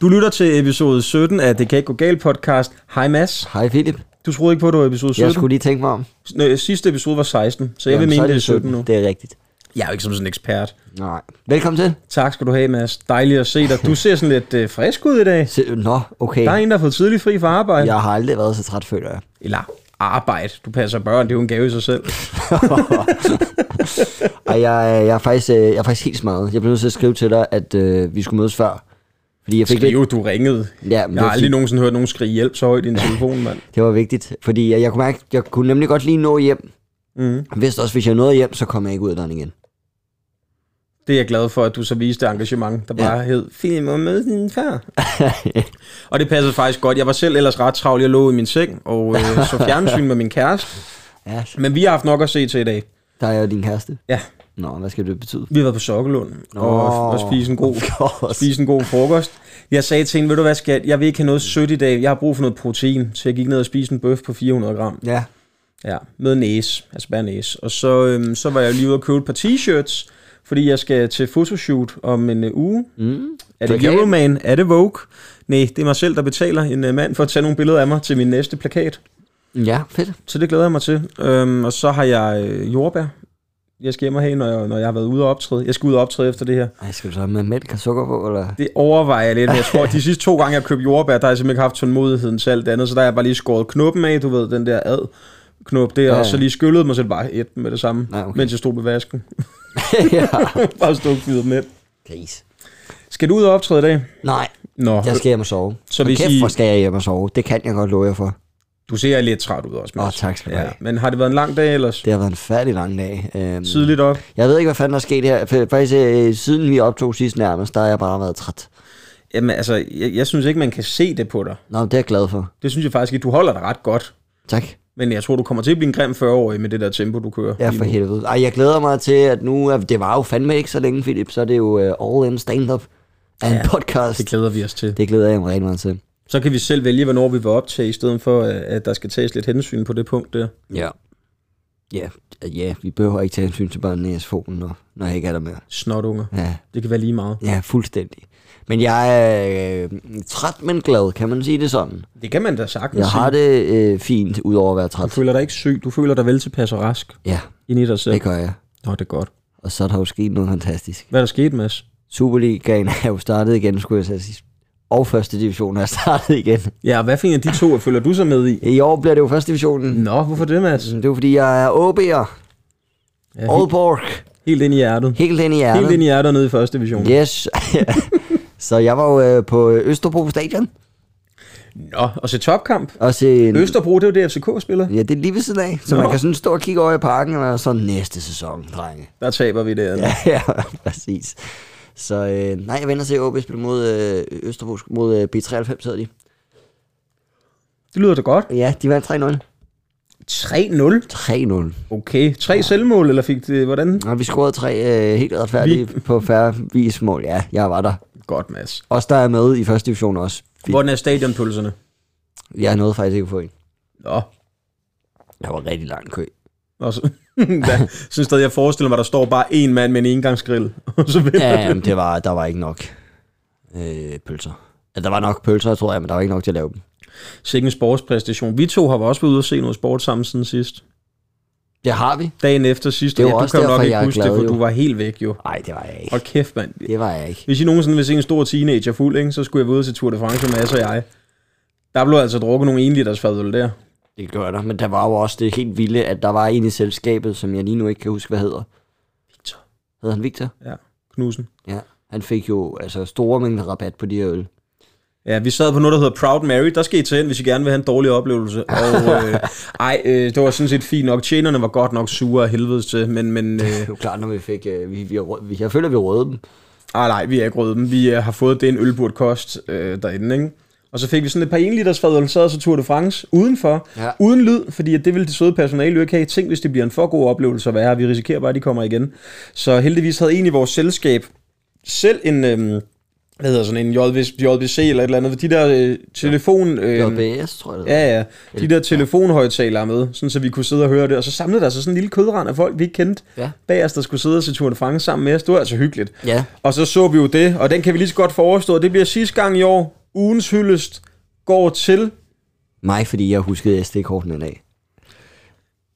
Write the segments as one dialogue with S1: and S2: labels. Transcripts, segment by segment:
S1: Du lytter til episode 17 af Det kan ikke gå galt podcast. Hej Mads.
S2: Hej Philip.
S1: Du troede ikke på, at det var episode 17?
S2: Jeg skulle lige tænke mig om.
S1: Nå, sidste episode var 16, så jeg
S2: Jamen,
S1: vil
S2: så
S1: mene, det er 17 nu.
S2: Det er rigtigt.
S1: Jeg er jo ikke som sådan en ekspert.
S2: Nej. Velkommen til.
S1: Tak skal du have, Mads. Dejligt at se dig. Du ser sådan lidt øh, frisk ud i dag.
S2: Se- Nå, okay.
S1: Der er en, der har fået tidlig fri fra arbejde.
S2: Jeg har aldrig været så træt, føler jeg.
S1: Eller arbejde. Du passer børn, det er jo en gave i sig selv.
S2: Og jeg, er- jeg, er faktisk, øh, jeg er faktisk helt smadret. Jeg blev nødt til at skrive til dig, at øh, vi skulle mødes før. Fordi jeg fik
S1: Skrive, du ringede.
S2: Ja, men
S1: jeg
S2: det
S1: har
S2: er
S1: aldrig
S2: fint.
S1: nogensinde hørt nogen skrige hjælp så højt i en telefon, mand.
S2: Det var vigtigt, fordi jeg, jeg kunne mærke, jeg kunne nemlig godt lige nå hjem.
S1: Mhm.
S2: Mm. Vidste også, hvis jeg nåede hjem, så kom jeg ikke ud af døren igen.
S1: Det er jeg glad for, at du så viste det engagement, der bare ja. hed, film og med din far. og det passede faktisk godt. Jeg var selv ellers ret travl. Jeg lå i min seng og øh, så fjernsyn med min kæreste.
S2: Ja,
S1: Men vi har haft nok at se til i dag.
S2: der er jeg og din kæreste.
S1: Ja,
S2: Nå, hvad skal det betyde?
S1: vi har været på Sokkelund
S2: Nå.
S1: og, og spise en god,
S2: course.
S1: spise en god frokost. Jeg sagde til hende, ved du hvad skat, jeg vil ikke have noget sødt i dag. Jeg har brug for noget protein, så jeg gik ned og spiste en bøf på 400 gram.
S2: Ja.
S1: Ja, med næse, altså bare næse. Og så, øhm, så var jeg lige ude og købe et par t-shirts, fordi jeg skal til fotoshoot om en øh, uge.
S2: Mm.
S1: Er det
S2: Plakat?
S1: Euroman? Er det Vogue? Nej, det er mig selv, der betaler en øh, mand for at tage nogle billeder af mig til min næste plakat.
S2: Ja, fedt.
S1: Så det glæder jeg mig til. Øhm, og så har jeg øh, jordbær. Jeg skal hjem og have, når jeg, når jeg har været ude og optræde. Jeg skal ud og optræde efter det her.
S2: Ej, skal du så have med mælk og sukker på, eller?
S1: Det overvejer jeg lidt, men jeg tror, at de sidste to gange, jeg købte jordbær, der har jeg simpelthen ikke haft tålmodigheden til alt det andet, så der har jeg bare lige skåret knuppen af, du ved, den der ad knop der, ja,
S2: Ja,
S1: ja. og
S2: ja.
S1: så lige skyllede mig selv bare et med det samme,
S2: Ja, okay.
S1: mens jeg stod på vasken.
S2: ja.
S1: bare stod og fyrede med.
S2: Gris.
S1: Skal du ud og optræde i dag?
S2: Nej,
S1: Nå,
S2: jeg skal hjem og sove.
S1: Så
S2: Og
S1: hvis
S2: kæft,
S1: I-
S2: hvor skal jeg hjem og sove. Det kan jeg godt love jer for.
S1: du ser lidt træt ud også,
S2: Åh,
S1: Mads.
S2: tak skal du
S1: ja.
S2: have.
S1: Men har det været en lang dag ellers?
S2: Det har været en færdig lang dag. Øhm,
S1: Tidligt op?
S2: jeg ved ikke, hvad fanden der er sket her. F- Faktisk, øh, siden vi optog sidst nærmest, der har jeg bare været træt.
S1: Jamen altså, jeg, jeg synes ikke, man kan se det på dig.
S2: Nå, men det er jeg glad for.
S1: Det synes jeg faktisk ikke. Du holder dig ret godt.
S2: Tak.
S1: Men jeg tror, du kommer til at blive en grim 40-årig med det der tempo, du kører.
S2: Ja,
S1: lige
S2: for
S1: nu.
S2: helvede. Ej, jeg glæder mig til, at nu... at Det var jo fandme ikke så længe, Philip. Så er det jo uh, all in stand-up af en podcast.
S1: Det glæder vi os til.
S2: Det glæder jeg mig rigtig meget til.
S1: Så kan vi selv vælge, hvornår vi vil optage, i stedet for, øh, at der skal tages lidt hensyn på det punkt der.
S2: Ja. Ja, ja, vi behøver ikke tage hensyn til børnene i SFO'en, når, når jeg ikke er der mere.
S1: Snotunger.
S2: Ja,
S1: Det kan være lige meget.
S2: ja fuldstændig. Men jeg er øh, træt, men glad, kan man sige det sådan.
S1: Det kan man da sagtens
S2: Jeg har
S1: sige.
S2: det øh, fint, udover at være
S1: Du
S2: træt.
S1: føler dig ikke syg. Du føler dig vel tilpas og rask
S2: Ja,
S1: ind i dig selv.
S2: det gør jeg.
S1: Nå, det er godt.
S2: Og så er der jo sket noget fantastisk.
S1: Hvad er der sket, Mads?
S2: Superligaen er jo startet igen, skulle jeg så sige. Og første division er startet igen.
S1: Ja, og hvad for en af de to følger du så med i?
S2: I år bliver det jo første divisionen.
S1: Nå, hvorfor det, Mads?
S2: Det er jo fordi, jeg er OB'er.
S1: Mm. Ja, helt,
S2: Aalborg.
S1: helt ind i hjertet.
S2: Helt ind
S1: Helt ind
S2: i hjernen.
S1: i hjertet nede i første division.
S2: Yes. så jeg var jo øh, på Østerbro Stadion.
S1: Nå, og se topkamp.
S2: Og se en...
S1: Østerbro, det er jo det, FCK spiller.
S2: Ja, det er lige ved siden af. Så
S1: Nå.
S2: man kan sådan stå og kigge over i parken, og så næste sæson, drenge.
S1: Der taber vi det. Ja.
S2: Ja, ja, præcis. Så øh, nej, jeg venter til OB spille mod øh, Østerbro, mod øh, B93 hedder de.
S1: Det lyder da godt.
S2: Ja, de vandt 3-0.
S1: 3-0.
S2: 3-0.
S1: Okay. Tre ja. selvmål, eller fik det... Hvordan?
S2: Og vi scorede tre øh, helt retfærdige på færre vis mål. Ja, jeg var der.
S1: Godt, Mads.
S2: Os, der er med i første division også. Vi,
S1: Hvordan er stadionpølserne?
S2: jeg nåede faktisk ikke at få en.
S1: Nå,
S2: Der var rigtig lang kø.
S1: og så, jeg synes stadig, jeg forestiller mig, at der står bare en mand med en engangsgrill. Og så vinder
S2: Ja,
S1: ja.
S2: jamen, det var, der var ikke nok øh, pølser. Ja, der var nok pølser, tror jeg, men der var ikke nok til at lave dem.
S1: Sikke en sportspræstation. Vi to har også været ude og se noget sport sammen siden sidst.
S2: Det har vi.
S1: Dagen efter sidste.
S2: Det er
S1: ja,
S2: jo
S1: du
S2: også
S1: kan jo nok
S2: derfor,
S1: ikke
S2: jeg er
S1: huske
S2: glad,
S1: det, for
S2: jo.
S1: du var helt væk jo.
S2: Nej, det var jeg ikke.
S1: Hold kæft, mand.
S2: Det var jeg ikke.
S1: Hvis I nogensinde vil se en stor teenager fuld, ikke, så skulle jeg ud til Tour de France med Mads og jeg. Der blev altså drukket nogle enliters fadøl der.
S2: Det gør der, men der var jo også det helt vilde, at der var en i selskabet, som jeg lige nu ikke kan huske, hvad hedder.
S1: Victor.
S2: Hedder han Victor?
S1: Ja, Knudsen.
S2: Ja. Han fik jo altså store mængder rabat på de her øl.
S1: Ja, vi sad på noget, der hedder Proud Mary. Der skal I til hen, hvis I gerne vil have en dårlig oplevelse. Og øh, ej, øh, det var sådan set fint nok. Tjenerne var godt nok sure af helvedes til, men, men øh,
S2: Det er jo klart, når vi fik... Øh, vi, vi, rød- vi, jeg føler, vi røde dem.
S1: Ah, nej, vi er ikke røde dem. Vi øh, har fået det, en øl burde koste øh, derinde, ikke? Og så fik vi sådan et par 1 liters fadøl, så og så Tour de France udenfor, ja.
S2: Ja.
S1: uden lyd, fordi at det ville det søde personale jo ikke have. Tænk, hvis det bliver en for god oplevelse at være her. Vi risikerer bare, at de kommer igen. Så heldigvis havde en i vores selskab selv en, øhm, hvad hedder sådan en JVC, JVC eller et eller andet, de der øh, telefon... Øh,
S2: JBS, tror jeg det
S1: Ja, ja. De der telefonhøjtalere med, sådan så vi kunne sidde og høre det. Og så samlede der sig sådan en lille kødrand af folk, vi ikke kendte
S2: Ja.
S1: bag os, der skulle sidde og se Tour de France sammen med os. Det var altså hyggeligt.
S2: Ja.
S1: Og så så vi jo det, og den kan vi lige så godt få overstået. Det bliver sidste gang i år. Ugens hyldest går til...
S2: Mig, fordi jeg huskede SD-kortene en dag.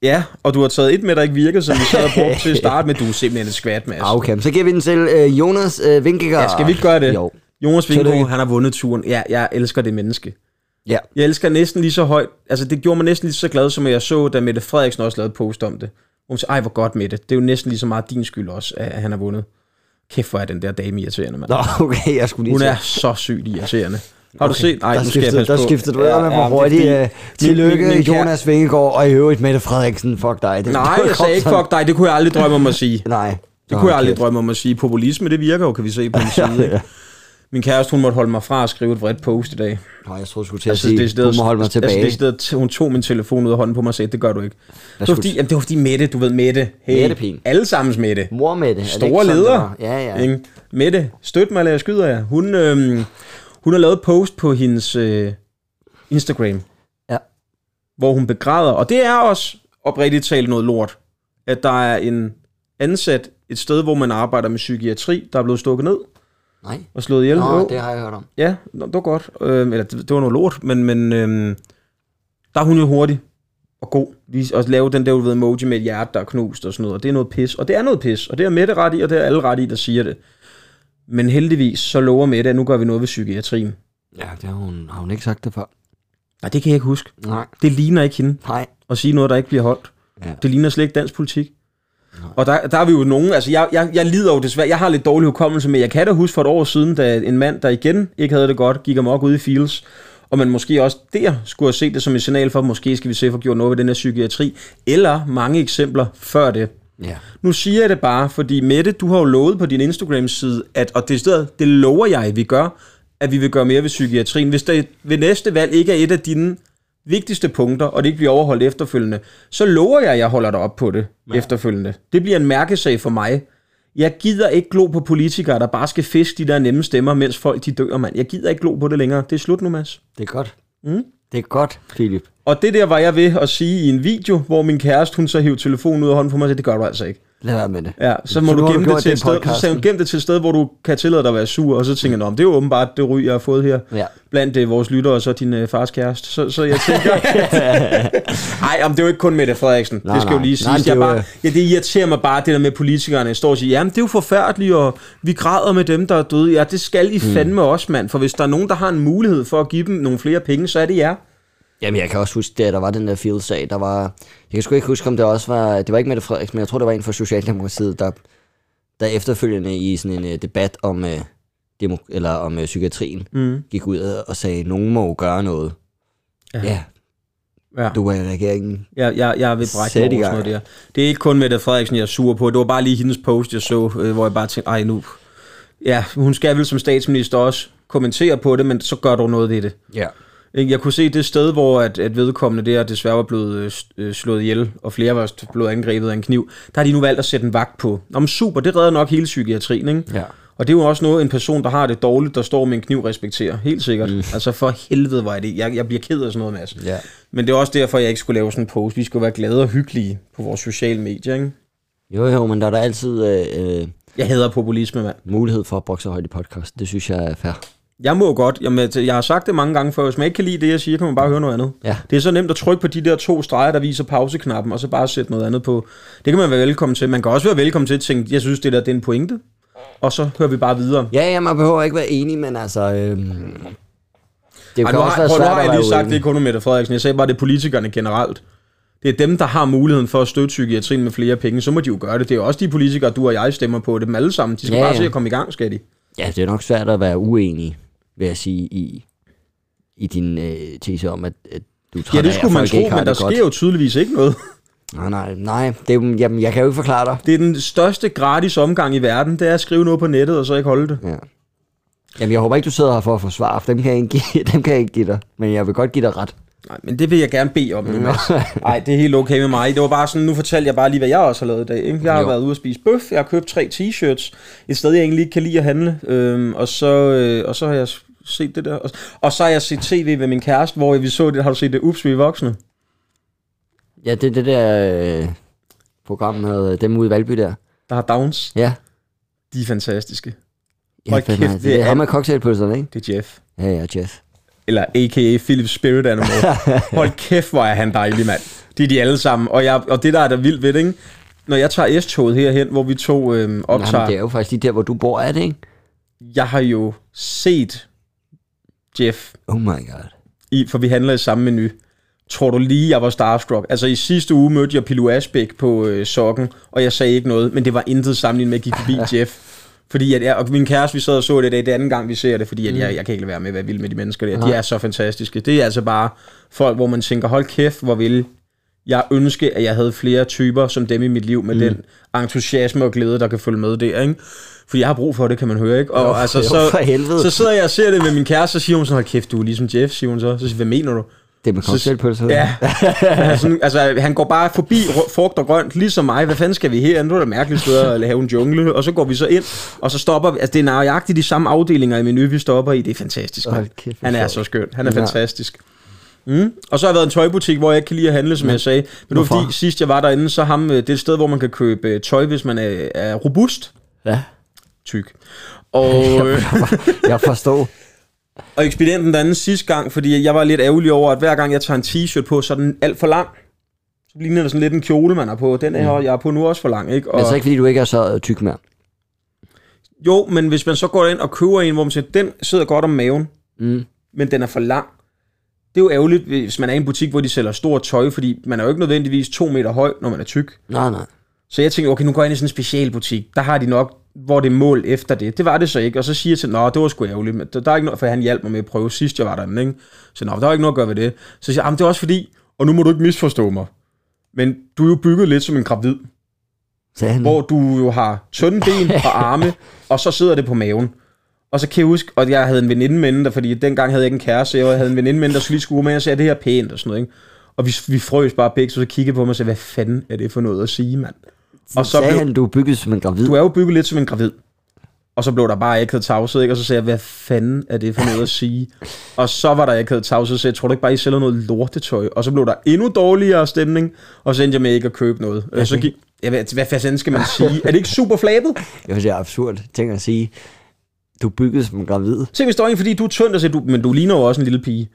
S1: Ja, og du har taget et med, der ikke virkede, som vi sad og brugte til at starte med. Du er simpelthen et skvat, Mads.
S2: Ah, Okay, så giver vi den til øh, Jonas øh, Vinkiger.
S1: Ja, skal vi ikke gøre det?
S2: Jo.
S1: Jonas Vingegaard,
S2: Tillykke.
S1: han har vundet turen. Ja, jeg elsker det menneske.
S2: Ja.
S1: Jeg elsker næsten lige så højt. Altså, det gjorde mig næsten lige så glad, som jeg så, da Mette Frederiksen også lavede et post om det. Hun sagde, ej, hvor godt, Mette. Det er jo næsten lige så meget din skyld også, at at han har vundet. Kæft, hvor er den der dame irriterende, mand.
S2: Nå, okay, jeg skulle lige
S1: Hun
S2: til-
S1: er så sygt irriterende. Har du set? Nej,
S2: der
S1: nu skal jeg
S2: skiftede,
S1: passe
S2: der
S1: på.
S2: skiftede du ja, med ja,
S1: men det er
S2: hurtigt.
S1: fordi-
S2: øh,
S1: min-
S2: Tillykke,
S1: min- min kære-
S2: Jonas Vingegaard, og i øvrigt Mette Frederiksen. Fuck dig. Det
S1: Nej, jeg sagde ikke fuck dig. Det kunne jeg aldrig drømme om at sige.
S2: Nej.
S1: Det
S2: Nå,
S1: kunne jeg aldrig
S2: kæft.
S1: drømme om at sige. Populisme, det virker jo, kan vi se på min side. ikke? Min kæreste, hun måtte holde mig fra at skrive et vredt post i dag.
S2: Nå, jeg tror, du skulle til at
S1: Altså, det
S2: sige, du må holde mig tilbage.
S1: Altså, det stedet, hun tog min telefon ud af hånden på mig og sagde, det gør du ikke. Det var,
S2: skulle-
S1: fordi, jamen, det var fordi Mette, du ved Mette. Hey,
S2: Mettepin.
S1: Alle sammens Mette.
S2: Mor Mette. er det ikke
S1: Store
S2: sådan, det
S1: leder.
S2: var? Ja, ja.
S1: Ikke? Mette, støt mig, eller jeg skyder jer. Hun, øhm, hun har lavet et post på hendes øh, Instagram,
S2: Ja.
S1: hvor hun begræder, og det er også oprigtigt talt noget lort, at der er en ansat et sted, hvor man arbejder med psykiatri, der er blevet stukket ned
S2: Nej.
S1: og slået ihjel.
S2: Nå,
S1: Jo.
S2: det har jeg hørt om.
S1: Ja, nå, det var godt. Øh, eller det, det var noget lort, men, men øh, der er hun jo hurtig og god. Lige at lave den der du ved, emoji med et hjerte, der er knust og sådan noget. Og det er noget pis. Og det er noget pis. Og det er Mette ret i, og det er alle ret i, der siger det. Men heldigvis, så lover Mette, at nu gør vi noget ved psykiatrien.
S2: Ja, det har hun, har hun ikke sagt det før.
S1: Nej, det kan jeg ikke huske.
S2: Nej.
S1: Det ligner ikke hende
S2: Nej.
S1: at sige noget, der ikke bliver holdt.
S2: Ja.
S1: Det ligner slet ikke dansk politik. Og der, der er vi jo nogen, altså jeg, jeg, jeg lider jo desværre, jeg har lidt dårlig hukommelse, men jeg kan da huske for et år siden, da en mand, der igen ikke havde det godt, gik amok ude i Fields, og man måske også der skulle have set det som et signal for, at måske skal vi se for gjort noget ved den her psykiatri, eller mange eksempler før det.
S2: Ja.
S1: Nu siger jeg det bare, fordi Mette, du har jo lovet på din Instagram-side, at, og det, sted, det lover jeg, vi gør, at vi vil gøre mere ved psykiatrien. Hvis det ved næste valg ikke er et af dine vigtigste punkter, og det ikke bliver overholdt efterfølgende, så lover jeg, at jeg holder dig op på det ja. efterfølgende. Det bliver en mærkesag for mig. Jeg gider ikke glo på politikere, der bare skal fiske de der nemme stemmer, mens folk de dør, mand. Jeg gider ikke glo på det længere. Det er slut nu, Mads.
S2: Det er godt. Mm. Det er godt, Philip.
S1: Og det der var jeg ved at sige i en video, hvor min kæreste, hun så hævde telefonen ud af hånden på mig og sagde, det gør du altså ikke.
S2: Lad være med det.
S1: Ja, så må
S2: nu
S1: du
S2: har
S1: gemme
S2: gjort
S1: det til
S2: i
S1: et sted, så sagde hun, gem det til et sted, hvor du kan tillade dig at være sur, og så tænker jeg, "Nå, men det er jo åbenbart det ryg, jeg har fået her,
S2: Ja.
S1: blandt øh, vores lyttere og så din øh, fars kæreste. Så, så jeg tænker, nej, om det er jo ikke kun Mette Frederiksen, nej,
S2: Nej,
S1: det skal jo
S2: nej.
S1: lige
S2: Nej,
S1: siges.
S2: det
S1: Jeg
S2: er jo, øh-
S1: bare, ja, det irriterer mig bare, det der med politikerne, der står og siger, jamen det er jo forfærdeligt, og vi græder med dem, der er døde. Ja, det skal
S2: Mm.
S1: I fandme også, mand, for hvis der er nogen, der har en mulighed for at give dem nogle flere penge, så er det jer.
S2: Jamen, jeg kan også huske, da der var den der Fields-sag, der var... Jeg kan sgu ikke huske, om det også var... Det var ikke Mette Frederiksen, men jeg tror, det var en fra Socialdemokratiet, der, der efterfølgende i sådan en uh, debat om, uh, demo, eller om uh, psykiatrien, mm. gik ud og- og sagde, nogen må jo gøre noget. Ja, ja
S1: Ja.
S2: du er i regeringen.
S1: Jeg, jeg, jeg vil brække mig
S2: Sæt i
S1: over sådan noget
S2: gang.
S1: der. Det er ikke kun Mette Frederiksen, jeg er sur på. Det var bare lige hendes post, jeg så, øh, hvor jeg bare tænkte, ej nu. Ja, hun skal vel som statsminister også kommentere på det, men så gør du noget ved det.
S2: Ja.
S1: Ikke? Jeg kunne se det sted, hvor at, at vedkommende der desværre var blevet øh, s- øh, slået ihjel, og flere var st- blevet angrebet af en kniv. Der har de nu valgt at sætte en vagt på. Nå, men super, det redder nok hele psykiatrien, ikke?
S2: Ja.
S1: Og det er jo også noget, en person, der har det dårligt, der står med en kniv, respekterer. Helt sikkert. Mm. Altså for helvede var det. Jeg, jeg bliver ked af sådan noget, Mads.
S2: Ja.
S1: Men det er også derfor, jeg ikke skulle lave sådan en post. Vi skulle være glade og hyggelige på vores sociale medier, ikke?
S2: Jo, jo, men der er der altid øh, øh,
S1: Jeg hader populisme, mand.
S2: mulighed for at bokse højt i podcast. Det synes jeg er fair.
S1: Jeg må godt. Jamen, jeg har sagt det mange gange før. Hvis man ikke kan lide det, jeg siger, kan man bare høre noget andet.
S2: Ja.
S1: Det er så nemt at trykke på de der to streger, der viser pauseknappen, og så bare sætte noget andet på. Det kan man være velkommen til. Man kan også være velkommen til at tænke, jeg synes, det der det er en pointe. Og så hører vi bare videre.
S2: Ja, ja, man behøver ikke være enig, men altså... Øh, det
S1: Ej,
S2: kan
S1: nu
S2: også
S1: har,
S2: være
S1: prøv, nu
S2: svært
S1: har
S2: at
S1: jeg
S2: være
S1: lige sagt,
S2: uenig.
S1: det er ikke kun om Mette Frederiksen. Jeg sagde bare, det er politikerne generelt. Det er dem, der har muligheden for at støtte psykiatrien med flere penge. Så må de jo gøre det. Det er jo også de politikere, du og jeg stemmer på. Det er dem alle sammen. De skal
S2: Ja,
S1: ja, bare
S2: ja.
S1: se at komme i gang, skal de.
S2: Ja, det er nok svært at være uenig, vil jeg sige, i, i din øh, tese om, at, at du tror,
S1: Ja, det skulle man tro, men der
S2: det godt.
S1: sker jo tydeligvis ikke noget.
S2: Nej, nej, nej. Det, er jo- jamen, jeg kan jo ikke forklare dig.
S1: Det er den største gratis omgang i verden, det er at skrive noget på nettet, og så ikke holde det.
S2: Ja. Jamen, jeg håber ikke, du sidder her for at forsvare, for dem kan jeg ikke give, dem kan jeg ikke give dig. Men jeg vil godt give dig ret.
S1: Nej, men det vil jeg gerne bede om nu, Mads. Nej, det er helt okay med mig. Det var bare sådan, nu fortalte jeg bare lige, hvad jeg også har lavet i dag. Ikke? Jeg har
S2: Jo.
S1: jo. været ude og spise bøf, jeg har købt tre t-shirts, et sted, jeg egentlig ikke kan lide at handle, øhm, og, så, øh, og så har jeg s- set det der. Og, og så har jeg set tv med min kæreste, hvor vi så det, har du set det, Ups, vi er voksne.
S2: Ja, det er det der øh, program med dem ude i Valby der.
S1: Der har Downs.
S2: Ja.
S1: De er fantastiske.
S2: Ja,
S1: Hold
S2: fandme,
S1: kæft,
S2: det,
S1: det
S2: det er
S1: er
S2: ham med cocktailpølserne, ikke?
S1: Det er Jeff.
S2: Ja, ja, Jeff.
S1: Eller a.k.a. Philip Spirit Animal. Hold kæft, hvor er han dejlig, mand. Det er de alle sammen. Og, jeg, og det, der er da vildt ved det, ikke? Når jeg tager S-toget herhen, hvor vi to øhm,
S2: Nej, men
S1: optager...
S2: det er jo faktisk lige der, hvor du bor, er det ikke?
S1: jeg har jo set Jeff,
S2: Oh my god.
S1: i, for vi handler i samme menu. Tror du lige, jeg var starstruck? Altså i sidste uge mødte jeg Pilu Asbæk på øh, sokken, og jeg sagde ikke noget, men det var intet sammenlignet med at gik forbi Jeff. Fordi at jeg, og min kæreste, vi sad og så det i dag, det er anden gang, vi ser det, fordi at
S2: Mm.
S1: jeg, jeg kan ikke lade være med at være vild med de mennesker der. De er så fantastiske. Det er altså bare folk, hvor man tænker, hold kæft, hvor vil jeg ønske, at jeg havde flere typer som dem i mit liv, med mm. den entusiasme og glæde, der kan følge med der, ikke? Fordi jeg har brug for det, kan man høre, ikke? Og
S2: Jo,
S1: altså,
S2: jo,
S1: så,
S2: for helvede.
S1: så sidder jeg og ser det med min kæreste, og siger hun sådan, hold kæft, du er ligesom Jeff, siger hun så. Så siger jeg, hvad mener du?
S2: Det er med cocktailpølserne.
S1: Ja, han, sådan, altså, han går bare forbi ru- frugt og grønt, ligesom mig. Hvad fanden skal vi her? Nu er der mærkelige steder at have en jungle. Og så går vi så ind, og så stopper vi. Altså, det er nøjagtigt de samme afdelinger i menu, vi stopper i. Det er fantastisk.
S2: Hold
S1: mand.
S2: kæft, hvor
S1: han er
S2: sjovt.
S1: så skøn. Han er
S2: Ja.
S1: fantastisk. Mm. Og så har jeg været i en tøjbutik, hvor jeg ikke kan lide at handle, som jeg sagde. Men det var
S2: Hvorfor?
S1: fordi, sidst jeg var derinde, så ham, øh, det er et sted, hvor man kan købe øh, tøj, hvis man er, er robust
S2: ja.
S1: tyk. Og, øh,
S2: Jeg forstår.
S1: og ekspedienten derinde sidste gang, fordi jeg var lidt ærgerlig over, at hver gang jeg tager en t-shirt på, så er den alt for lang. Så ligner det sådan lidt en kjole, man har på. Den her, jeg har på nu er også for lang, ikke? Og,
S2: Mm. Men så ikke fordi du ikke er så øh, tyk mere.
S1: Jo, men hvis man så går ind og køber en, hvor man siger, den sidder godt om maven,
S2: Mm.
S1: men den er for lang. Det er jo ærgerligt, hvis man er i en butik, hvor de sælger stort tøj, fordi man er jo ikke nødvendigvis to meter høj, når man er tyk.
S2: Nej, nej.
S1: Så jeg tænkte, okay, nu går jeg ind i sådan en specialbutik. Der har de nok, hvor det er mål efter det. Det var det så ikke. Og så siger jeg til, nå, det var sgu ærgerligt. Men der, der er ikke noget, for han hjalp mig med at prøve sidst, jeg var derinde. Ikke? Så nå, der var ikke noget at gøre ved det. Så siger jeg, "Jamen, det er også fordi, og nu må du ikke misforstå mig. Men du er jo bygget lidt som en gravid,
S2: Sagde han.
S1: hvor du jo har tynde ben og arme, og så sidder det på maven. Og så kan jeg huske, og jeg havde en veninde med hende, der, fordi dengang havde jeg ikke en kæreste, jeg havde en veninde med hende, der skulle lige skue med, og jeg sagde, det her er pænt og sådan noget. Ikke? Og vi, vi frøs bare begge, så, så kiggede på mig og sagde, hvad fanden er det for noget at sige, mand? Og så
S2: sagde
S1: blev,
S2: han, du er bygget som en gravid.
S1: du er jo bygget lidt som en gravid. Og så blev der bare akavet tavshed, ikke? og så sagde jeg, hvad fanden er det for noget at sige? Og så var der akavet tavshed, så jeg tror du ikke bare, I sælger noget lortetøj? Og så blev der endnu dårligere stemning, og så endte jeg med ikke at købe noget. Okay. Så gik, ja, hvad, hvad fanden skal man sige? Er det ikke super flabet?
S2: Jeg synes, det er absurd ting at sige. Du er bygget som en gravid.
S1: Se, hvis der er en, fordi du er tynd, og siger, du, men du ligner jo også en lille pige.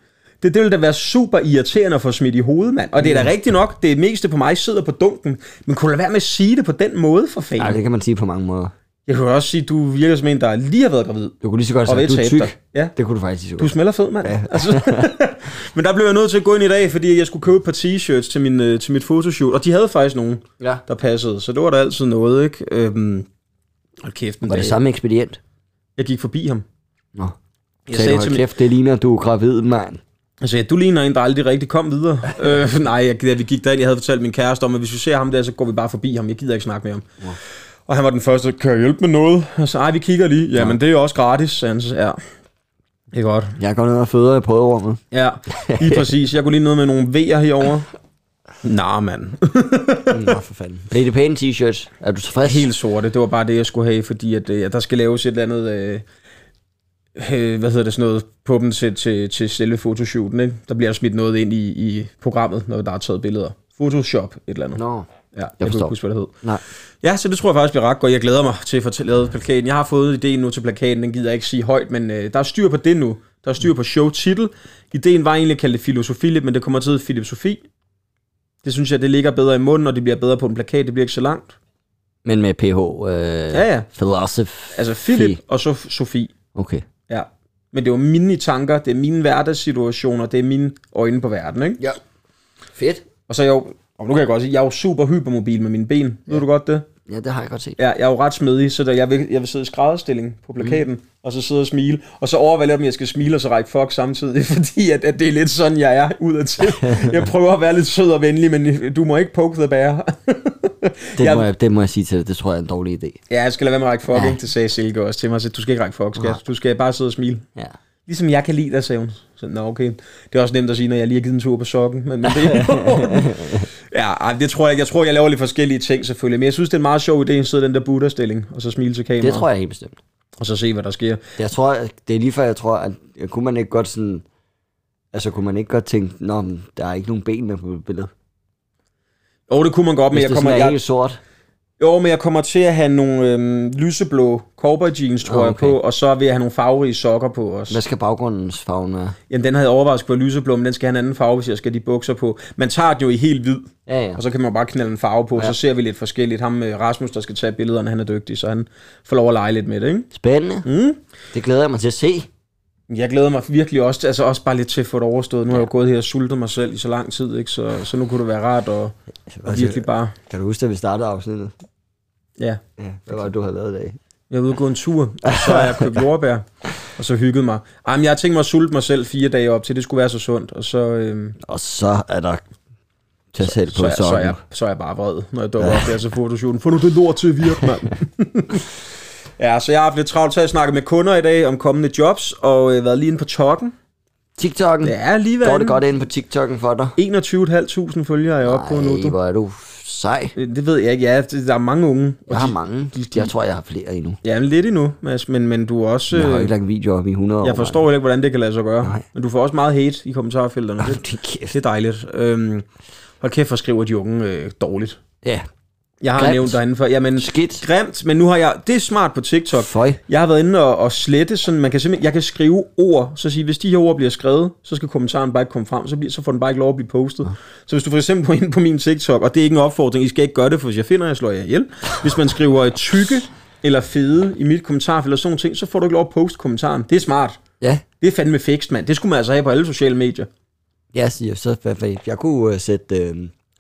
S1: Det, det ville da være super irriterende at få smidt i hovedet, mand. Og det
S2: Mm.
S1: er da rigtigt nok, det meste på mig sidder på dunken. Men kunne du lade være med at sige det på den måde, for fanden?
S2: Nej, det kan man sige på mange måder.
S1: Jeg kunne også sige, du virker som en, der lige har været gravid.
S2: Du kunne lige så godt
S1: Og
S2: sige,
S1: ved
S2: at Altså, du er
S1: tabe
S2: tyk.
S1: dig. Ja.
S2: Det kunne du faktisk sige. så
S1: Du
S2: godt.
S1: smelter fed, mand. Ja. Altså, men der blev jeg nødt til at gå ind i dag, fordi jeg skulle købe et par t-shirts til, min, øh, til mit fotoshoot, og de havde faktisk nogen,
S2: Ja.
S1: der passede, så det var da altid noget, ikke? Øhm, hold kæft, en
S2: Var
S1: dag.
S2: det samme ekspedient?
S1: Jeg gik forbi ham.
S2: Nå.
S1: Jeg
S2: Sagde
S1: sagde
S2: du,
S1: til
S2: hold
S1: min-
S2: kæft, det ligner, du er gravid, mand.
S1: Altså, ja, du ligner en, der aldrig rigtig kom videre. øh, nej, jeg, da vi gik derind, jeg havde fortalt min kæreste om, at hvis vi ser ham der, så går vi bare forbi ham. Jeg gider ikke snakke med ham. Wow. Og han var den første, kan jeg hjælpe med noget? Og så, ej, vi kigger lige. Ja, men det er jo også gratis, sagde han så. Ja, det er godt.
S2: Jeg går ned og føder i prøverummet.
S1: Ja, lige præcis. Jeg kunne lige noget med nogle V'er herover. Nå, mand.
S2: Nå, for fanden. Blev det pæne t-shirts? Er du tilfreds?
S1: Mm. Helt sorte. Det var bare det, jeg skulle have, fordi at, øh, der skal laves et eller andet... Øh, øh, hvad hedder det sådan noget, på dem til, til, til selve fotoshooten, ikke? Der bliver smidt noget ind i, i programmet, når der er taget billeder. Photoshop, et eller andet.
S2: Nå.
S1: Ja, jeg, kan
S2: forstår.
S1: ikke huske, hvad det hed.
S2: Nej.
S1: Ja, så det tror jeg faktisk bliver ret godt. Jeg glæder mig til at fortælle lavet plakaten. Jeg har fået ideen nu til plakaten, den gider jeg ikke sige højt, men øh, der er styr på det nu. Der er styr på showtitel. Ideen var egentlig at kalde det Filosofilip, men det kommer til at hedde filosofi. Det synes jeg, det ligger bedre i munden, og det bliver bedre på en plakat. Det bliver ikke så langt.
S2: Men med PH. Øh,
S1: Ja, ja.
S2: Philosoph.
S1: Altså Philip og så Sofie.
S2: Okay.
S1: Ja. Men det var mine tanker, det er mine hverdagssituationer, det er mine øjne på verden, ikke?
S2: Ja. Fedt.
S1: Og så er jeg jo, og nu kan jeg godt sige, jeg er jo super hypermobil med mine ben. Ja. Ved du godt det?
S2: Ja, det har jeg godt set.
S1: Ja, jeg er jo ret smidig, så der, jeg, vil, jeg vil sidde i skrædderstilling på plakaten, mm. og så sidde og smile. Og så overvælger jeg, om jeg skal smile og så række fuck samtidig, fordi at, at det er lidt sådan, jeg er udadtil. Jeg prøver at være lidt sød og venlig, men du må ikke poke the bear.
S2: Det,
S1: Jeg-
S2: må jeg, det må jeg sige til dig. Det tror jeg er en dårlig idé.
S1: ja, jeg skal lade være med at række fuck, ja. ikke? Det sagde Silke også til mig. Så du skal ikke række fuck, skat. Du skal bare sidde og smile.
S2: Ja.
S1: Ligesom jeg kan lide dig, sagde hun. Så, nå, okay. Det er også nemt at sige, når jeg lige har givet en tur på sokken. Men, men det, ja, ej, det tror jeg ikke. Jeg tror, jeg laver lidt forskellige ting selvfølgelig. Men jeg synes, det er en meget sjov idé at sidde i den der Buddha-stilling, og så smile til kameraet.
S2: Det tror jeg helt bestemt.
S1: Og så se, hvad der sker.
S2: Jeg tror, det er lige før, jeg tror, at at kunne man ikke godt sådan... Altså, kunne man ikke godt tænke, nå, men der er ikke nogen ben med på billedet.
S1: Jo, det kunne man godt, men
S2: Hvis
S1: jeg
S2: det
S1: kommer...
S2: sådan er
S1: Jeg,
S2: helt sort.
S1: jo, men jeg kommer til at have nogle øhm, lyseblå cowboy jeans, tror
S2: Nå,
S1: okay. jeg,
S2: Ah, okay.
S1: på. Og så vil jeg have nogle farverige sokker på også.
S2: Hvad skal baggrundens farven være?
S1: Jamen, den havde jeg overvejet på lyseblå, men den skal have en anden farve, hvis jeg skal have de bukser på. Man tager den jo i helt hvid,
S2: Ja, ja.
S1: og så kan man bare knalde en farve på, ja. så ser vi lidt forskelligt. Ham øh, Rasmus, der skal tage billederne, han er dygtig, så han får lov at lege lidt med det, ikke?
S2: Spændende. Mm. Det glæder jeg mig til at se.
S1: Jeg glæder mig virkelig også, til- altså også bare lidt til at få det overstået. Nu har jeg jo gået her og sultet mig selv i så lang tid, ikke? Så, så nu kunne det være rart at, at virkelig bare...
S2: Kan du huske, da vi startede afsnittet?
S1: Ja,
S2: Ja, hvad var det, du havde lavet i dag?
S1: jeg er ude og gå en tur, og så har jeg købt jordbær, og så hygget mig. Ej, men jeg har tænkt mig at sulte mig selv fire dage op til, det skulle være så sundt, og så... Øhm,
S2: Og så er der til at sætte på
S1: så, er- så, er
S2: sokken.
S1: jeg, så er jeg bare vred, når jeg dukker op der til fotoshooten. Få nu det lort til at virke, mand. ja, så jeg har haft lidt travlt til at snakke med kunder i dag om kommende jobs, og øh, været lige inde på tokken.
S2: TikTokken.
S1: Det er lige
S2: Går
S1: været
S2: det godt ind på TikTokken for dig?
S1: 21.500 følgere er jeg oppe på nu.
S2: Ej,
S1: Du.
S2: hvor er du sej.
S1: Øh, Det ved jeg ikke. Ja, det- der er mange unge. Og
S2: Jeg har
S1: de,
S2: mange.
S1: de- de-
S2: Jeg tror, jeg har flere endnu.
S1: ja, lidt endnu, Mads, men, men du er også...
S2: Jeg har jo
S1: øh,
S2: ikke lagt video op i 100 år.
S1: Jeg forstår heller ikke, hvordan det kan lade sig gøre.
S2: Nej.
S1: Men du får også meget hate i kommentarfelterne.
S2: mand.
S1: Det,
S2: Det er kæft.
S1: det er dejligt. Øhm, hold kæft, hvor skriver de unge øh, dårligt.
S2: Ja,
S1: Jeg har
S2: Grimt.
S1: nævnt dig indenfor. Jamen,
S2: skidt.
S1: grimt, men nu har jeg... Det er smart på TikTok.
S2: Føj.
S1: Jeg har været inde og, og slette, sådan man kan simpelthen, jeg kan skrive ord, så sige, hvis de her ord bliver skrevet, så skal kommentaren bare ikke komme frem, så, bliver, så får den bare ikke lov at blive postet. Så hvis du for eksempel går ind på min TikTok, og det er ikke en opfordring, I skal ikke gøre det, for hvis jeg finder, jeg slår jer ihjel. Hvis man skriver øh, tykke eller fede i mit kommentarfelt eller sådan nogle ting, så får du ikke lov at poste kommentaren. Det er smart.
S2: Ja,
S1: Det er fandme fikst, mand. Det skulle man altså have på alle sociale medier.
S2: jeg siger så, hvad- hvad- jeg kunne øh, sætte... Øh,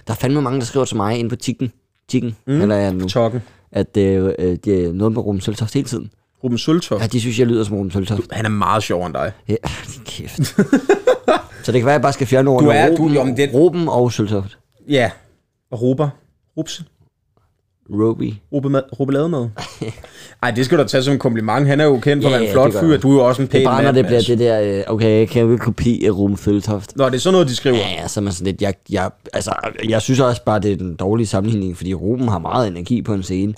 S2: der er fandme mange, der skriver til mig inde på Tikken. Tikken, mm. eller jeg nu.
S1: Tokken.
S2: At øh, øh, det er noget med Ruben Søltoft hele tiden.
S1: Ruben Søltoft.
S2: Ja, de synes, jeg lyder som Ruben Søltoft.
S1: Han er meget sjovere end dig.
S2: Ja, din kæft. så det kan være, at jeg bare skal fjerne ordene
S1: er- du-
S2: Ruben,
S1: jo, men det-
S2: Ruben og Søltoft.
S1: Ja. Og Ruber. Rups.
S2: Roby.
S1: Rubelademad. Ej, det skal du da tage som en kompliment. Han er jo kendt for at
S2: Ja,
S1: være en
S2: ja,
S1: flot
S2: det gør
S1: fyr.
S2: jeg.
S1: Du er jo også en pæn
S2: Det er bare, når
S1: mand,
S2: det bliver
S1: Mads.
S2: det der, øh, okay, kan jeg ikke kopi af Ruben Søltoft?
S1: Nå, det er sådan noget, de skriver.
S2: Ja, ja, så er man sådan lidt, jeg, jeg, altså, jeg synes også bare, det er den dårlige sammenligning, fordi Ruben har meget energi på en scene.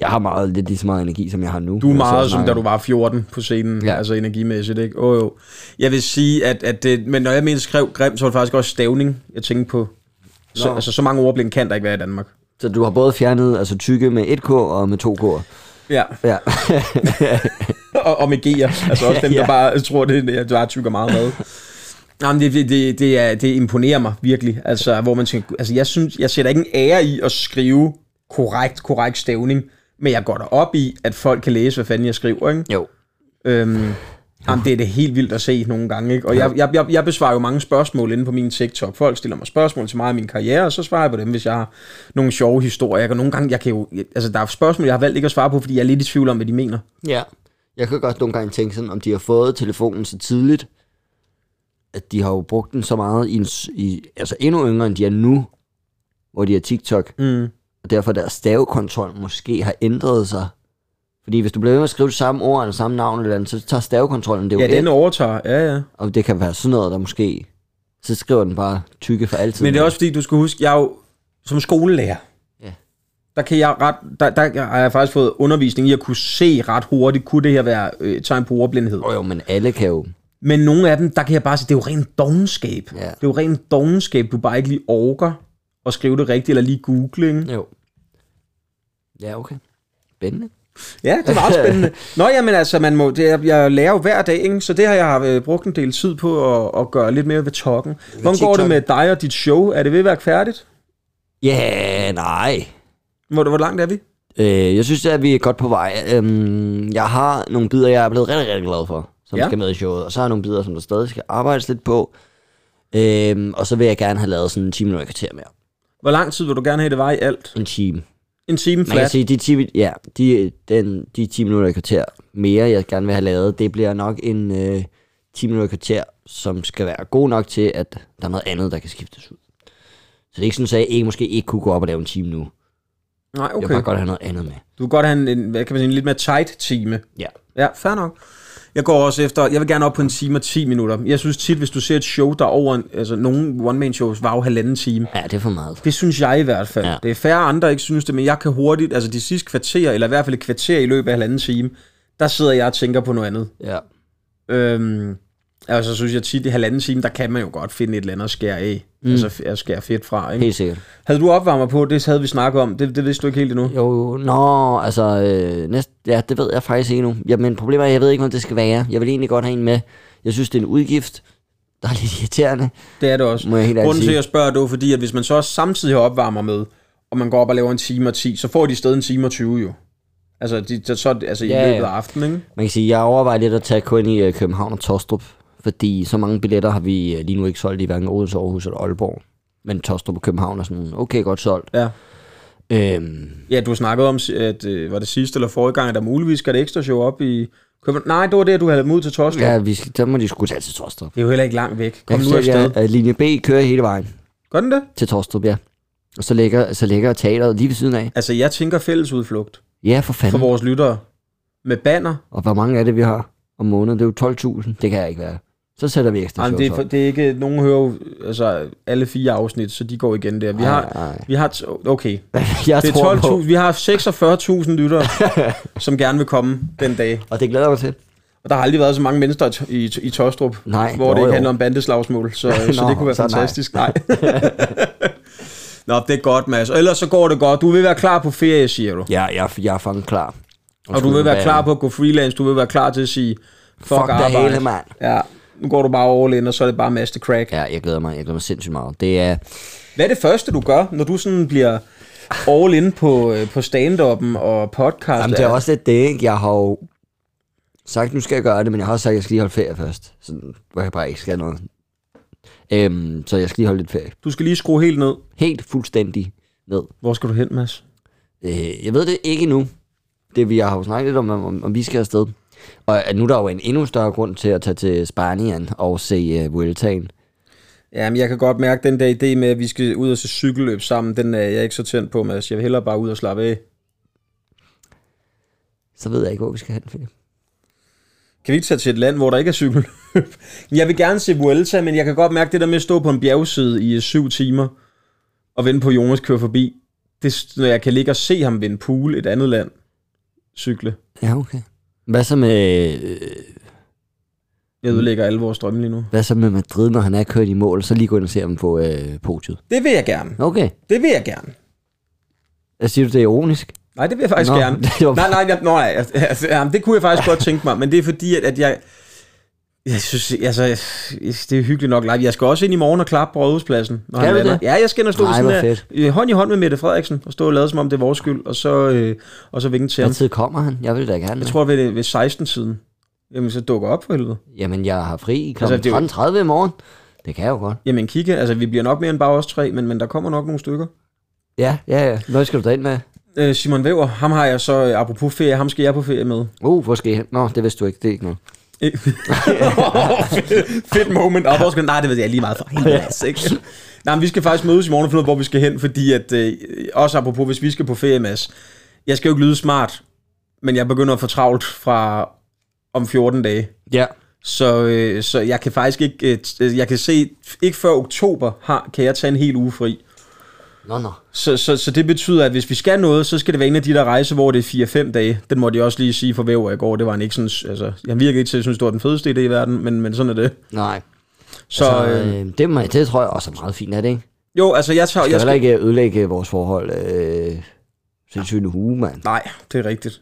S2: Jeg har meget lidt lige så meget energi, som jeg har nu.
S1: Du er
S2: når jeg sidder og
S1: meget som da
S2: snakker.
S1: du var 14 på scenen, ja.
S2: Ja.
S1: altså energimæssigt, ikke? Åh jo. Jeg vil sige, at, at det, men når jeg mener skrev grimt, så var det faktisk også stavning, jeg tænkte på. Så,
S2: Nå.
S1: altså, så mange ordblind kan der ikke være i Danmark.
S2: Så du har både fjernet altså, tykke med 1K og med 2K'er.
S1: Ja,
S2: Ja.
S1: og, og med G'er. Altså også dem, ja.
S2: Ja.
S1: der bare tror, det er, der er tykker meget mad. Jamen, det, det, det, er, det imponerer mig virkelig. Altså, hvor man tænker, altså, jeg, synes, jeg sætter ikke en ære i at skrive korrekt, korrekt stavning, men jeg går da op i, at folk kan læse, hvad fanden jeg skriver, ikke?
S2: jo.
S1: Øhm, jamen, det er det helt vildt at se nogle gange, ikke? Og jeg, jeg, jeg, jeg besvarer jo mange spørgsmål inde på min TikTok. Folk stiller mig spørgsmål til mig om min karriere, og så svarer jeg på dem, hvis jeg har nogle sjove historier. Og nogle gange, jeg kan jo... Altså, der er spørgsmål, jeg har valgt ikke at svare på, fordi jeg er lidt i tvivl om, hvad de mener.
S2: Ja. Jeg kan godt nogle gange tænke sådan, om de har fået telefonen så tidligt, at de har jo brugt den så meget, i, en, s- i altså endnu yngre end de er nu, hvor de er TikTok.
S1: Mm.
S2: Og derfor deres stavekontrol måske har ændret sig. Fordi hvis du bliver ved med at skrive det samme ord eller samme navn eller andet, så tager stavekontrollen det jo
S1: Ja,
S2: ja,
S1: den
S2: ind,
S1: overtager. Ja, ja.
S2: og det kan være sådan noget, der måske... Så skriver den bare tykke for altid.
S1: Men det er også fordi, du skal huske, jeg er jo som skolelærer.
S2: Ja.
S1: Der, kan jeg ret, der, der har jeg faktisk fået undervisning i at kunne se ret hurtigt, kunne det her være øh, et tegn på ordblindhed.
S2: Jo, jo, men alle kan jo...
S1: Men nogle af dem, der kan jeg bare sige, det er jo ren dogenskab.
S2: Ja.
S1: Det er jo ren dogenskab, du bare ikke lige orker at skrive det rigtigt, eller lige google. ikke?
S2: Jo. Ja, okay. Spændende.
S1: Ja, det var også spændende. Nå ja, men altså, man må, det, er- jeg lærer jo hver dag, ikke? så det har jeg øh, brugt en del tid på at, at gøre lidt mere ved tokken. Hvordan går det
S2: TikTokken?
S1: med dig og dit show? Er det ved at være færdigt?
S2: Ja, yeah, nej.
S1: Hvor, hvor langt er vi?
S2: Øh, jeg synes, at vi er godt på vej. Øhm, jeg har nogle bidder, jeg er blevet rigtig, rigtig glad for, som
S1: Ja.
S2: ja. skal med i showet. Og så har jeg nogle bidder, som der stadig skal arbejdes lidt på. Øhm, og så vil jeg gerne have lavet sådan en time, når jeg kvarter mere.
S1: Hvor lang tid vil du gerne have, det var i alt?
S2: En time.
S1: En time
S2: Man kan
S1: flat.
S2: sige, de 10, ja, de, den, de 10 minutter i kvarter mere, jeg gerne vil have lavet, det bliver nok en øh, 10 minutter i kvarter, som skal være god nok til, at der er noget andet, der kan skiftes ud. Så det er ikke sådan, at jeg ikke, måske ikke kunne gå op og lave en time nu. Okay.
S1: Nej,
S2: Jeg vil bare
S1: okay.
S2: godt have noget andet med.
S1: Du vil godt have en, en, hvad kan man sige, en lidt mere tight time.
S2: Ja.
S1: Ja, fair nok. Jeg går også efter, jeg vil gerne op på en time og 10 minutter. Jeg synes tit, hvis du ser et show, der er over, en, altså nogle one-man-shows var jo halvanden time.
S2: Ja, det er for meget.
S1: Det synes jeg i hvert fald.
S2: Ja.
S1: Ja. Det er færre andre, der ikke synes det, men jeg kan hurtigt, altså de sidste kvarter, eller i hvert fald et kvarter i løbet af halvanden time, der sidder jeg og tænker på noget andet.
S2: Ja.
S1: Øhm, altså synes jeg tit, i halvanden time, der kan man jo godt finde et eller andet at skære af. Mm. Altså f- at skære fedt fra, ikke?
S2: Helt sikkert.
S1: Havde du opvarmer på, det havde vi snakket om, det, det vidste du ikke helt endnu.
S2: Jo, jo. Nå, altså, øh, næst, ja, det ved jeg faktisk ikke nu. Ja, men problemet er, at jeg ved ikke, om det skal være. Jeg vil egentlig godt have en med. Jeg synes, det er en udgift, der er lidt irriterende.
S1: Det er det også.
S2: Må jeg helt ærligt
S1: Grunden til, at
S2: sige.
S1: jeg spørger, det er jo fordi, at hvis man så også samtidig har opvarmer med, og man går op og laver en time og 10, så får de i stedet en time og 20 jo. Altså, de, så- så, altså
S2: Ja,
S1: i løbet
S2: ja.
S1: af aftenen, ikke?
S2: Man kan sige, jeg overvejer lidt at tage kun i øh, København og Tostrup, fordi så mange billetter har vi øh, lige nu ikke solgt i hverken Odense, Aarhus eller Aalborg. Men Tostrup og København er sådan, okay, godt solgt.
S1: Ja.
S2: Øhm,
S1: Ja, du snakkede om, at øh, var det sidste eller forrige gang, at der muligvis skal et ekstra show op i København. Nej, det var det, du havde mod til Tostrup. Ja.
S2: ja, vi skal, der må de skulle tage til Tostrup.
S1: Det er jo heller ikke langt væk. Kom
S2: jeg
S1: nu
S2: kan fortælle
S1: afsted.
S2: jer, at linje B kører hele vejen
S1: Gør den det?
S2: til Tostrup, ja. Og så ligger, så ligger teateret lige ved siden af.
S1: Altså, jeg tænker fællesudflugt
S2: Ja, for fanden.
S1: for vores lyttere. Med banner.
S2: Og hvor mange er Mhm. det, vi har om måneden? Det er jo 12.000. Det kan jeg ikke være. Så sætter vi ekstra
S1: Jamen,
S2: shows
S1: det, er,
S2: op.
S1: for- det er ikke... Nogen hører jo altså, alle fire afsnit, så de går igen der. Vi har...
S2: Ej, ej.
S1: Vi har... t- Okay.
S2: Jeg
S1: Det er
S2: tror på,
S1: 12.000. Vi har 46.000 lyttere, som gerne vil komme den dag.
S2: og det glæder jeg mig til.
S1: Og der har aldrig været så mange mennesker i, t- i, i Tostrup,
S2: Nej,
S1: hvor
S2: jo,
S1: det ikke
S2: jo.
S1: handler om bandeslagsmål, så,
S2: Nå,
S1: Nå, så det kunne være
S2: så nej.
S1: fantastisk. Nej. Nå, det er godt, Mads. Og ellers så går det godt. Du vil være klar på ferie, siger du.
S2: Ja, jeg, jeg er fucking klar.
S1: Og du vil være klar på at gå freelance. Du vil være klar til at sige, fuck,
S2: Fuck det
S1: arbejde.
S2: hele, mand.
S1: Ja, nu går du bare all in, og så er det bare master crack. Ja.
S2: Ja, jeg glæder mig. Jeg glæder mig sindssygt meget. Det er...
S1: Hvad er det første, du gør, når du sådan bliver all in på, øh, på stand-up'en og podcast?
S2: Jamen, det er også lidt det, ikke? Jeg har jo sagt, nu skal jeg gøre det, men jeg har også sagt, at jeg skal lige holde ferie først. Sådan, hvor jeg bare ikke skal noget. Øhm, så jeg skal lige holde lidt ferie.
S1: Du skal lige skrue helt ned.
S2: Helt fuldstændig ned.
S1: Hvor skal du hen, Mads?
S2: Øh, jeg ved det ikke endnu. Det vi har jo snakket lidt om, om, om vi skal afsted. Og at nu er der jo en endnu større grund til at tage til Spanien og se uh, Vueltaen.
S1: Jamen, jeg kan godt mærke den der idé med, at vi skal ud og se cykelløb sammen. Den er jeg ikke så tændt på, Mads. Jeg vil hellere bare ud og slappe af.
S2: Så ved jeg ikke, hvor vi skal hen. Philip.
S1: Kan vi ikke tage til et land, hvor der ikke er cykelløb? jeg vil gerne se Vuelta, men jeg kan godt mærke det der med at stå på en bjergside i øh, syv timer og vente på, at Jonas kører forbi. Det, er s- når jeg kan ligge og se ham ved en pool et andet land cykle.
S2: Ja, okay. Hvad så med, øh,
S1: Jeg ødelægger alle vores drømme lige nu.
S2: hvad så med Madrid, når han er kørt i mål? Så lige gå ind og se ham på øh, podiet.
S1: Det vil jeg gerne.
S2: Okay.
S1: Det vil jeg gerne.
S2: Jeg siger du, det er ironisk?
S1: Nej, det vil jeg faktisk
S2: Nå,
S1: Nå, gerne.
S2: det var-
S1: Nej, nej, nej, nej altså, altså, jamen, det kunne jeg faktisk godt tænke mig, men det er fordi, at, at jeg... Jeg synes, altså, jeg- det er hyggeligt nok live. Jeg skal også ind i morgen og klappe på Rådhuspladsen. Når
S2: Skal
S1: han
S2: du
S1: lander.
S2: det?
S1: Ja, jeg skal ind og stå ved
S2: Ej,
S1: sådan
S2: hvor
S1: af, øh, hånd i hånd med Mette Frederiksen, og stå og lade som om det er vores skyld, og så, øh, og så vinke til ham.
S2: Hvad tid kommer han? Jeg vil da gerne.
S1: Jeg tror, ved, ved 16-tiden, jamen, så dukker op for helvede.
S2: Jamen, jeg har fri kl.
S1: Altså, det er jo-
S2: Altså, 13.30 i morgen. Det kan jeg jo godt.
S1: Jamen, kigge, altså, vi bliver nok mere end bare os tre, men, men der kommer nok nogle stykker.
S2: Ja, ja, ja. Hvad skal du derind med?
S1: Øh, Simon Væver, ham har jeg så, øh, apropos ferie, ham skal jeg på ferie med.
S2: Uh, hvor skal I hen? Nå, det vidste du ikke. Det er ikke noget.
S1: Ikke? Fedt moment. Og hvor skal, nej, det ved jeg lige meget for. Helvede, ikke? Nej, men vi skal faktisk mødes i morgen og finde ud af, hvor vi skal hen, fordi at, øh, også apropos, hvis vi skal på ferie, Mads, jeg skal jo ikke lyde smart, men jeg begynder at få travlt fra om 14 dage.
S2: Ja.
S1: Så, øh, så jeg kan faktisk ikke, øh, t- jeg kan se, ikke før oktober har, kan jeg tage en hel uge fri.
S2: Nå, nå.
S1: Så, så, så det betyder, at hvis vi skal noget, så skal det være en af de der rejser, hvor det er 4-5 dage. Den måtte jeg også lige sige for væver i går. Det var han ikke sådan, altså, han virkede ikke til, at jeg synes, det var den fedeste idé i verden, men, men sådan er det.
S2: Nej.
S1: Så
S2: altså,
S1: altså, øh,
S2: øh, det, må- det tror jeg også er meget fint, er det ikke?
S1: jo, altså jeg tager...
S2: Skal jeg
S1: Jeg
S2: heller
S1: skal,
S2: ikke ødelægge vores forhold øh, sindssygt uge, mand.
S1: nej, det er rigtigt.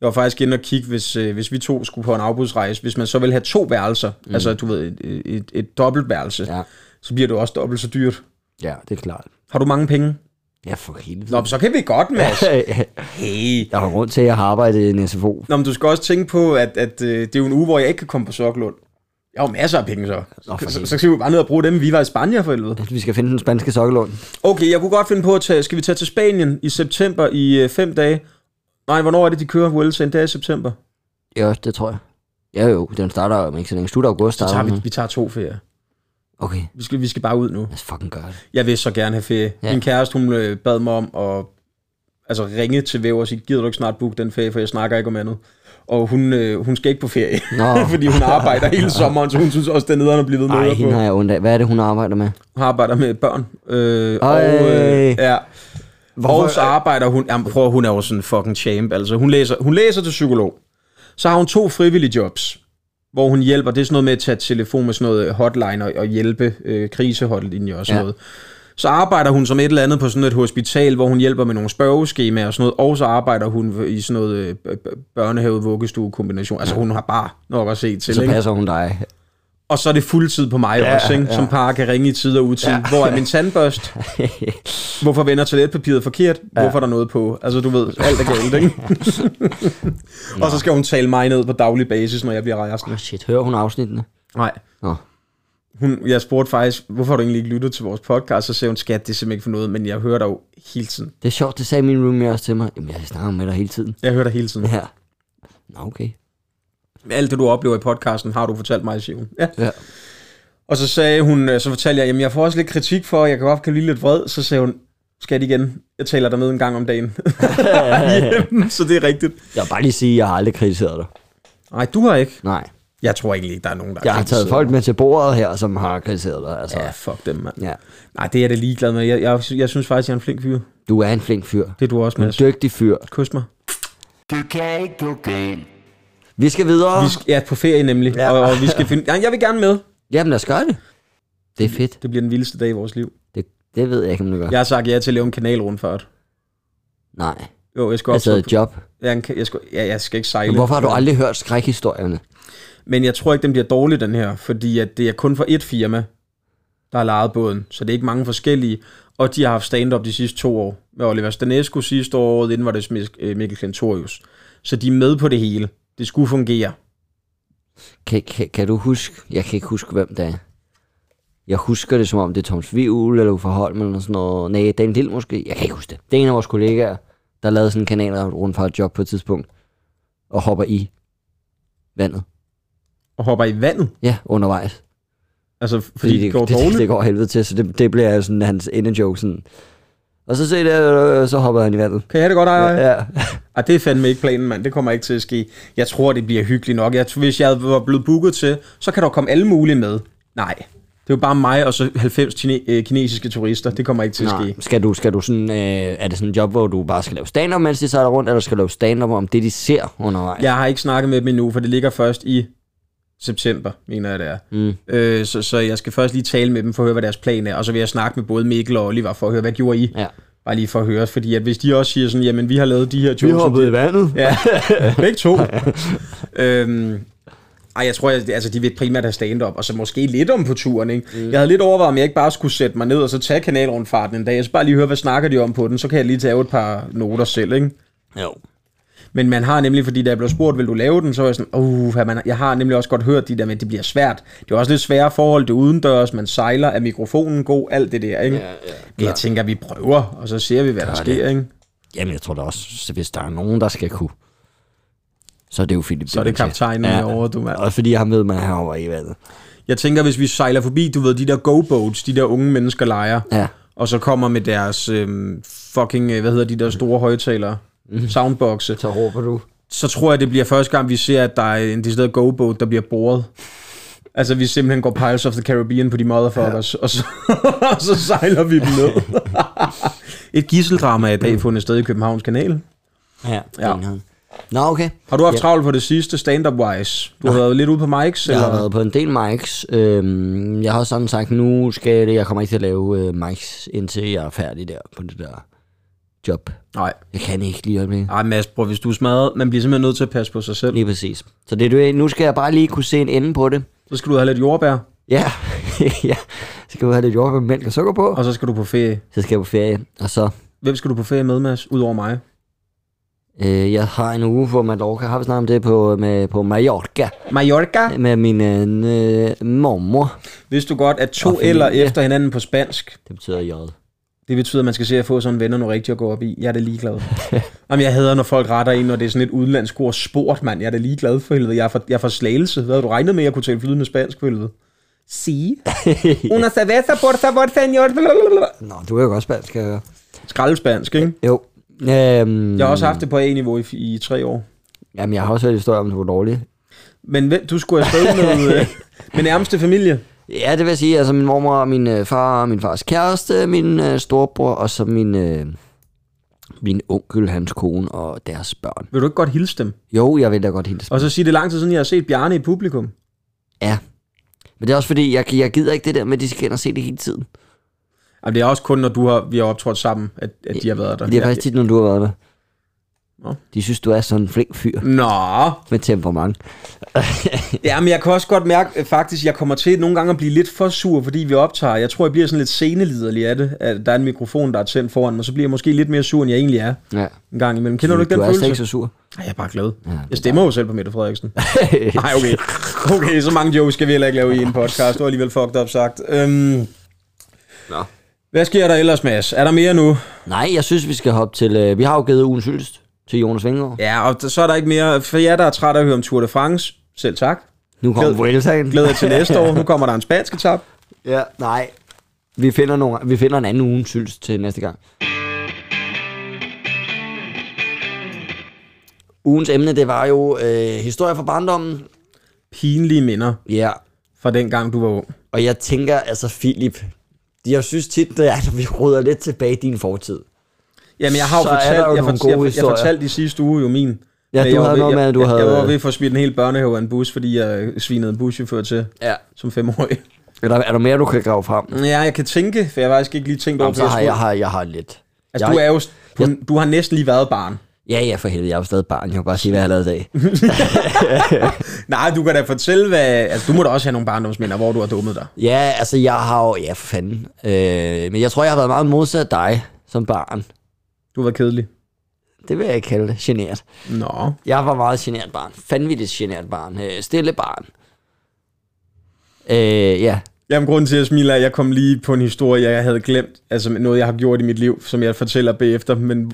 S1: Jeg var faktisk inde og kigge, hvis, øh, hvis vi to skulle på en afbudsrejse. Hvis man så vil have to værelser, mm. altså du ved, et, et, et dobbeltværelse, ja.
S2: Ja.
S1: så bliver det jo også dobbelt så dyrt.
S2: ja, det er klart.
S1: Har du mange penge?
S2: Ja, for helvede.
S1: Nå, men så kan vi godt, Mads. hey.
S2: der var grund til, at jeg har arbejdet i en SFO.
S1: Nå, men du skal også tænke på, at, at øh, det er jo en uge, hvor jeg ikke kan komme på Sørklund. Jeg har jo masser af penge så.
S2: Nå, for
S1: så, så,
S2: helvede.
S1: så skal vi jo bare ned og bruge dem, vi var i Spanien for helvede.
S2: Vi skal finde den spanske sokkelund.
S1: Okay, jeg kunne godt finde på at tage, skal vi tage til Spanien i september i øh, fem dage? Nej, hvornår er det, de kører Vueltaen? Det er i september.
S2: Ja, det tror jeg. Ja jo, den starter jo om ikke så længe. Slut august
S1: Så
S2: starter
S1: tager vi,
S2: den.
S1: vi tager to ferier.
S2: Okay,
S1: Vi skal, vi skal bare ud nu.
S2: lad os fucking gøre det.
S1: Jeg vil så gerne have ferie.
S2: Ja.
S1: Ja. Min kæreste, hun øh, bad mig om at altså ringe til Væver og sige, gider du ikke snart booke den ferie, for jeg snakker ikke om andet. Og hun, øh, hun skal ikke på ferie,
S2: Nå.
S1: fordi hun arbejder hele sommeren, så hun synes også, det er nederen at blive ved med
S2: Ej,
S1: at
S2: hende
S1: på.
S2: har jeg ondt af. Hvad er det, hun arbejder med?
S1: Hun arbejder med børn. Øh, og,
S2: Ej.
S1: øh, ja.
S2: Hvorfor-
S1: Og så arbejder hun, jamen, prøv, at- hun er jo sådan en fucking champ, altså. Hun læser, hun læser til psykolog. Så har hun to frivillige jobs, hvor hun hjælper. Det er sådan noget med at tage telefon med sådan noget øh, hotline og, og hjælpe øh, kriseholdet og sådan
S2: Ja.
S1: ja. noget. Så arbejder hun som et eller andet på sådan et hospital, hvor hun hjælper med nogle spørgeskemaer og sådan noget, og så arbejder hun i sådan noget øh, b- b- børnehave-vuggestue-kombination. Altså hun har bare nok at se til,
S2: Så
S1: ikke?
S2: passer hun dig.
S1: Og så er det fuldtid på mig ja, også, ikke? som par kan ringe i tid og utid. Ja. Hvor er min tandbørst? Hvorfor vender toiletpapiret forkert? Ja. Hvorfor er der noget på? Altså, du ved, alt er galt, ikke? og så skal hun tale mig ned på daglig basis, når jeg bliver rejsende.
S2: Shit, hører hun afsnittene?
S1: Nej.
S2: Nå.
S1: Hun, jeg spurgte faktisk, hvorfor har du egentlig ikke lyttet til vores podcast? Så sagde hun, skat, det er simpelthen ikke for noget, men jeg hører dig jo hele tiden.
S2: Det er sjovt, det sagde min roomie også til mig. Jamen, jeg snakker med dig hele tiden.
S1: Jeg hører dig hele tiden.
S2: Ja. Nå, okay.
S1: Alt det, du oplever i podcasten, har du fortalt mig, siger hun. Ja.
S2: Ja.
S1: Og så sagde hun, øh, så fortalte jeg, jamen jeg får også lidt kritik for, at jeg kan godt kan blive lidt vred. Så sagde hun, skat igen, jeg taler dig med en gang om dagen. Jamen, så det er rigtigt.
S2: Jeg vil bare lige sige, at jeg har aldrig kritiseret dig.
S1: Nej, du har ikke.
S2: Nej.
S1: Jeg tror egentlig ikke, der er nogen, der
S2: Jeg har
S1: kritiseret
S2: taget folk med til bordet her, som har kritiseret dig. Altså.
S1: mig. Ja, fuck dem, mand.
S2: ja.
S1: Nej, det er jeg da ligeglad med. Jeg, jeg, jeg synes faktisk, jeg er en flink fyr.
S2: Du er en flink fyr.
S1: Det er du også,
S2: Du er
S1: Mads.
S2: en dygtig fyr.
S1: Kys mig.
S3: Du kan ikke gå galt.
S2: Vi skal videre.
S1: Vi skal, ja, på ferie nemlig.
S2: Ja.
S1: Ja. Og, og, vi skal finde... Ja, jeg vil gerne med.
S2: Jamen, lad os gøre det. Det er fedt.
S1: Det bliver den vildeste dag i vores liv.
S2: Det, det ved jeg ikke, om det gør.
S1: Jeg har sagt ja til at lave en kanalrundfart.
S2: Nej.
S1: Jo, jeg skal
S2: Altså
S1: også...
S2: et job.
S1: Ja, en ka- jeg, skal, ja, jeg skal ikke sejle.
S2: Men hvorfor har du aldrig hørt skrækhistorierne?
S1: Men jeg tror ikke, den bliver dårlig, den her, fordi at det er kun for et firma, der har lejet båden, så det er ikke mange forskellige, og de har haft stand-up de sidste to år. Med Oliver Stanescu sidste år, året inden var det Smik- øh, Mikkel Klentorius. Så de er med på det hele. Det skulle fungere.
S2: Kan, kan, kan du huske? Jeg kan ikke huske, hvem det er. Jeg husker det, som om det er Toms Vivl, eller Uffe Holm, eller sådan noget. Nej, Dan Dill måske. Jeg kan ikke huske det. Det er en af vores kollegaer, der lavede sådan en kanal rundt fra et job på et tidspunkt, og hopper i vandet.
S1: Og hopper i vandet,
S2: Ja, undervejs.
S1: altså fordi det, det går dårligt.
S2: det, det går helvede til, så det, det bliver sådan hans inderjoke. Sådan. Og så se det, øh, så hopper han i vandet.
S1: Kan jeg have det godt, ej, ej?
S2: Ja.
S1: Ej, det er fandme ikke planen, mand. Det kommer ikke til at ske. Jeg tror, det bliver hyggeligt nok. Jeg, hvis jeg var blevet booket til, så kan der jo komme alle mulige med. Nej, det er jo bare mig og så 90 kine- øh, kinesiske turister. Det kommer ikke til at ske.
S2: Nej. Skal du, skal du sådan, øh, er det sådan en job, hvor du bare skal lave stand-up, mens de sejler rundt, eller skal du lave stand-up om det, de ser undervejs?
S1: Jeg har ikke snakket med dem endnu, for det ligger først i september, mener jeg det er.
S2: Mm.
S1: Øh, så, så jeg skal først lige tale med dem for at høre, hvad deres plan er, og så vil jeg snakke med både Mikkel og Oliver for at høre, hvad gjorde I?
S2: Ja.
S1: Bare lige for at høre, fordi at hvis de også siger sådan, jamen vi har lavet de her jokes.
S2: i vandet.
S1: Ja, begge to. øhm, ej, jeg tror, jeg, altså, de vil primært have stand-up, og så måske lidt om på turen. Ikke? Mm. Jeg havde lidt overvejet, om jeg ikke bare skulle sætte mig ned og så tage kanalrundfarten en dag. Jeg skal bare lige høre, hvad snakker de om på den, så kan jeg lige tage et par noter selv. Ikke?
S2: Jo.
S1: Men man har nemlig, fordi da jeg blev spurgt, vil du lave den, så var jeg sådan, uh, man, jeg har nemlig også godt hørt de der med, at det bliver svært. Det er også lidt svære forhold, det er udendørs, man sejler, er mikrofonen god, alt det der, ikke? Ja, ja, jeg tænker, vi prøver, og så ser vi, hvad der sker, ikke?
S2: Jamen, jeg tror da også, så hvis der er nogen, der skal kunne, så er det jo Philip.
S1: Så er det kaptajnen ja. over, du mand.
S2: Og fordi ham ved, man har over i vandet.
S1: Jeg tænker, hvis vi sejler forbi, du ved, de der go-boats, de der unge mennesker leger,
S2: Ja.
S1: og så kommer med deres øhm, fucking, øh, hvad hedder de der store højtalere, soundboxe,
S2: Så råber du.
S1: så tror jeg, det bliver første gang, vi ser, at der er en decideret go-boat, der bliver boret. Altså, vi simpelthen går Pirates of the Caribbean på de motherfuckers, ja. og, så, og så sejler vi dem ned. Et gisseldrama er i dag fundet sted i Københavns Kanal.
S2: Ja.
S1: Ja.
S2: ja. Nå, okay.
S1: Har du haft ja. travlt på det sidste, stand-up-wise? Du har været lidt ude på mics,
S2: Jeg
S1: eller?
S2: har været på en del mics. Øhm, jeg har sådan sagt, nu skal jeg det. Jeg kommer ikke til at lave øh, mics, indtil jeg er færdig der på det der job.
S1: Nej.
S2: Jeg kan ikke lige i øjeblikket.
S1: Ej, Mads, bror, hvis du er smadret, man bliver simpelthen nødt til at passe på sig selv.
S2: Lige præcis. Så det er det, nu skal jeg bare lige kunne se en ende på det.
S1: Så skal du have lidt jordbær,
S2: Ja, ja. Så skal vi have lidt jord med mælk og sukker på.
S1: og så skal du på ferie.
S2: Så skal jeg på ferie, og så...
S1: Hvem skal du på ferie med, Mads, udover mig?
S2: Øh, jeg har en uge på Mallorca. Har vi snakket om det på, med, på Mallorca?
S1: Mallorca.
S2: Med min øh, mormor.
S1: Vidste du godt, at
S2: Og
S1: to
S2: familie.
S1: eller efter hinanden på spansk,
S2: Det betyder jod.
S1: Det betyder, at man skal se at få sådan venner noget rigtigt at gå op i. Jeg er da ligeglad. Jamen, jeg hader, når folk retter ind, når det er sådan et udenlandsk ord. Sport, mand. Jeg er da ligeglad for helvede. Jeg er for, jeg er for slagelse. Hvad havde du regnet med, at jeg kunne tale flydende spansk for helvede? Si. Una cerveza, por favor, señor.
S2: Nå, du er jo også spansk, kan jeg høre.
S1: Skraldespansk, ikke?
S2: Jo. Øhm,
S1: Jeg har også haft det på A-niveau i, i tre år.
S2: Jamen, jeg har også hørt historier om, at det var dårligt.
S1: Men hvem- du skulle afsted med, øh, med nærmeste familie.
S2: Ja, det vil jeg sige. Altså min mormor, min øh, far, min fars kæreste, min øh, storebror, og så min, øh, min onkel, hans kone og deres børn.
S1: Vil du ikke godt hilse dem?
S2: Jo, jeg vil da godt hilse.
S1: Og så sige, det er lang tid siden, jeg har set Bjarne i publikum.
S2: Ja. Men det er også fordi, jeg, jeg gider ikke det der med, at de skal ind og se det hele tiden.
S1: Jamen, det er også kun, når du har, vi har optrådt sammen, at, at de har været der.
S2: Det er faktisk tit, når du har været der.
S1: Nå.
S2: De synes, du er sådan en flink fyr
S1: Nå,
S2: med temperament.
S1: Jamen, jeg kan også godt mærke, øh, faktisk, jeg kommer til nogle gange at blive lidt for sur, fordi vi optager. Jeg tror, jeg bliver sådan lidt seneliderlig af det, at der er en mikrofon, der er tændt foran mig, så bliver jeg måske lidt mere sur, end jeg egentlig er
S2: Ja.
S1: en gang imellem. Kender du ikke
S2: du
S1: den
S2: er slet ikke
S1: følelse?
S2: så sur.
S1: Ej, jeg er bare glad. Jeg stemmer jo selv på Mette Frederiksen. Nej, okay. Okay, så mange jokes skal vi heller ikke lave i en podcast. Det var alligevel fucked up sagt. Øhm,
S2: Nå.
S1: hvad sker der ellers, Mads? Er der mere nu?
S2: Nej, jeg synes, vi skal hoppe til... Øh, vi har jo givet ugens hyldest til Jonas Vingegaard. Ja.
S1: Ja, og d- så er der ikke mere. For jer, der er træt af at høre om Tour de France, selv tak.
S2: Nu
S1: Glæd-
S2: kommer Vueltaen.
S1: Glæder jer til næste år. Nu kommer der en spansk etap.
S2: Ja, nej. Vi finder, nogle, vi finder en anden ugens hyldest til næste gang. Ugens emne, det var jo øh, historie fra barndommen.
S1: Pinlige minder
S2: Ja,
S1: fra den gang, du var ung.
S2: og jeg tænker, altså Philip, jeg synes tit, det er, at vi ruder lidt tilbage i din fortid.
S1: Jamen, jeg har jo
S2: Så er der
S1: fortalt,
S2: jo
S1: jeg,
S2: nogle
S1: fortalt,
S2: gode
S1: jeg, jeg
S2: historier.
S1: fortalte i sidste uge jo min.
S2: Ja,
S1: Men
S2: du
S1: jeg var
S2: havde
S1: ved-
S2: noget
S1: jeg,
S2: med, at du
S1: jeg,
S2: havde...
S1: Jeg var ved for at smide en hel børnehave af en bus, fordi jeg øh, svinede en buschauffør til
S2: Ja.
S1: som femårig.
S2: Er der, er der mere, du kan grave frem?
S1: Ja, jeg kan tænke, for jeg har faktisk ikke lige tænkt over,
S2: Jamen,
S1: for
S2: så har
S1: Mm. jeg,
S2: jeg,
S1: jeg,
S2: har, jeg har lidt.
S1: altså,
S2: jeg,
S1: du er jo, du, du har næsten lige været barn.
S2: Ja, ja, for helvede, jeg er jo stadig barn. Jeg kan bare sige, hvad jeg har lavet i dag.
S1: Nej, du kan da fortælle, hvad... Altså, du må da også have nogle barndomsminder, hvor du har dummet dig.
S2: Ja, altså jeg har jo... Ja, for fanden. Øh, men jeg tror, jeg har været meget modsat dig som barn.
S1: Du var kedelig.
S2: Det vil jeg ikke kalde det. Genert.
S1: Nå.
S2: Jeg var meget genert barn. Fandvittigt genert barn. Øh, stille barn. Øh, ja.
S1: Jamen, grunden til, at jeg smiler, er, at jeg kom lige på en historie, jeg havde glemt. Altså, noget, jeg har gjort i mit liv, som jeg fortæller bagefter, men...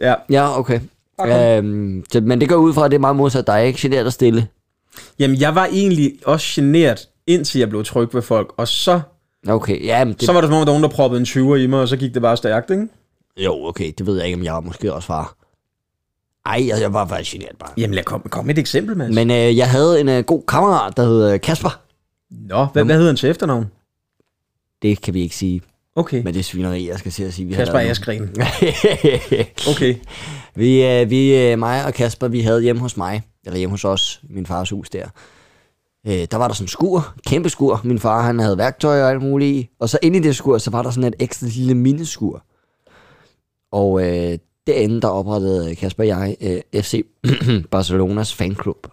S1: Ja,
S2: Ja, okay.
S1: Okay.
S2: Øhm, så, men det går ud fra, at det er meget modsat dig, ikke? Genert og stille.
S1: Jamen, jeg var egentlig også generet, indtil jeg blev tryg ved folk, og så,
S2: Okay, ja, men det,
S1: så var det som om, der var nogen, der proppede en 20'er i mig, og så gik det bare stærkt, ikke?
S2: Jo, okay, det ved jeg ikke, om jeg var måske også var. Ej, jeg, jeg var faktisk genert barn.
S1: Jamen, lad kom, kom med et eksempel, Mads. Men,
S2: Men øh, jeg havde en øh, god kammerat, der hed øh, Kasper.
S1: Nå, hvad, hvad hedder han til efternavn?
S2: Det kan vi ikke sige,
S1: Okay,
S2: men det er svineri, jeg skal til at sige. Vi har
S1: Kasper
S2: lavet nu.
S1: Askren. Okay.
S2: vi, øh, vi, øh, mig og Kasper, vi havde hjemme hos mig, eller hjemme hos os, min fars hus der. Øh, der var der sådan en skur, kæmpe skur. Min far, han havde værktøj og alt muligt i. Og så inde i det skur, så var der sådan et ekstra lille mindeskur. Og øh, derinde, der oprettede Kasper og jeg øh, FC Barcelonas fanklub.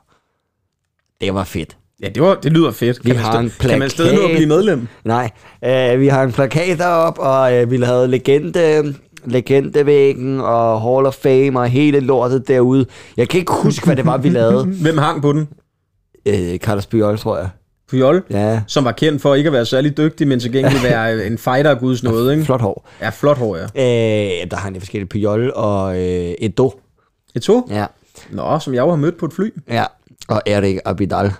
S2: Det var fedt.
S1: Ja, det, var, det lyder fedt.
S2: Vi
S1: Kan man,
S2: har
S1: sta-
S2: en
S1: kan man stadig nu at
S2: plakat.
S1: blive medlem?
S2: Nej, øh, vi har en plakat derop, og øh, vi lavede legende, legendevæggen og Hall of Fame og hele lortet derude. Jeg kan ikke huske, hvad det var, vi lavede.
S1: Hvem hang på den?
S2: Øh, Carlos Bjørn, tror jeg.
S1: Pujol,
S2: Ja,
S1: som var kendt for ikke at være særlig dygtig, men til gengæld være en fighter af guds nåde, ikke?
S2: flot hår.
S1: Ja, flot hår, ja.
S2: Øh, der har han de forskellige Pjol og øh, Edo.
S1: Et to?
S2: Ja.
S1: Nå, som jeg jo har mødt på et fly.
S2: ja. Og Erik Abidal.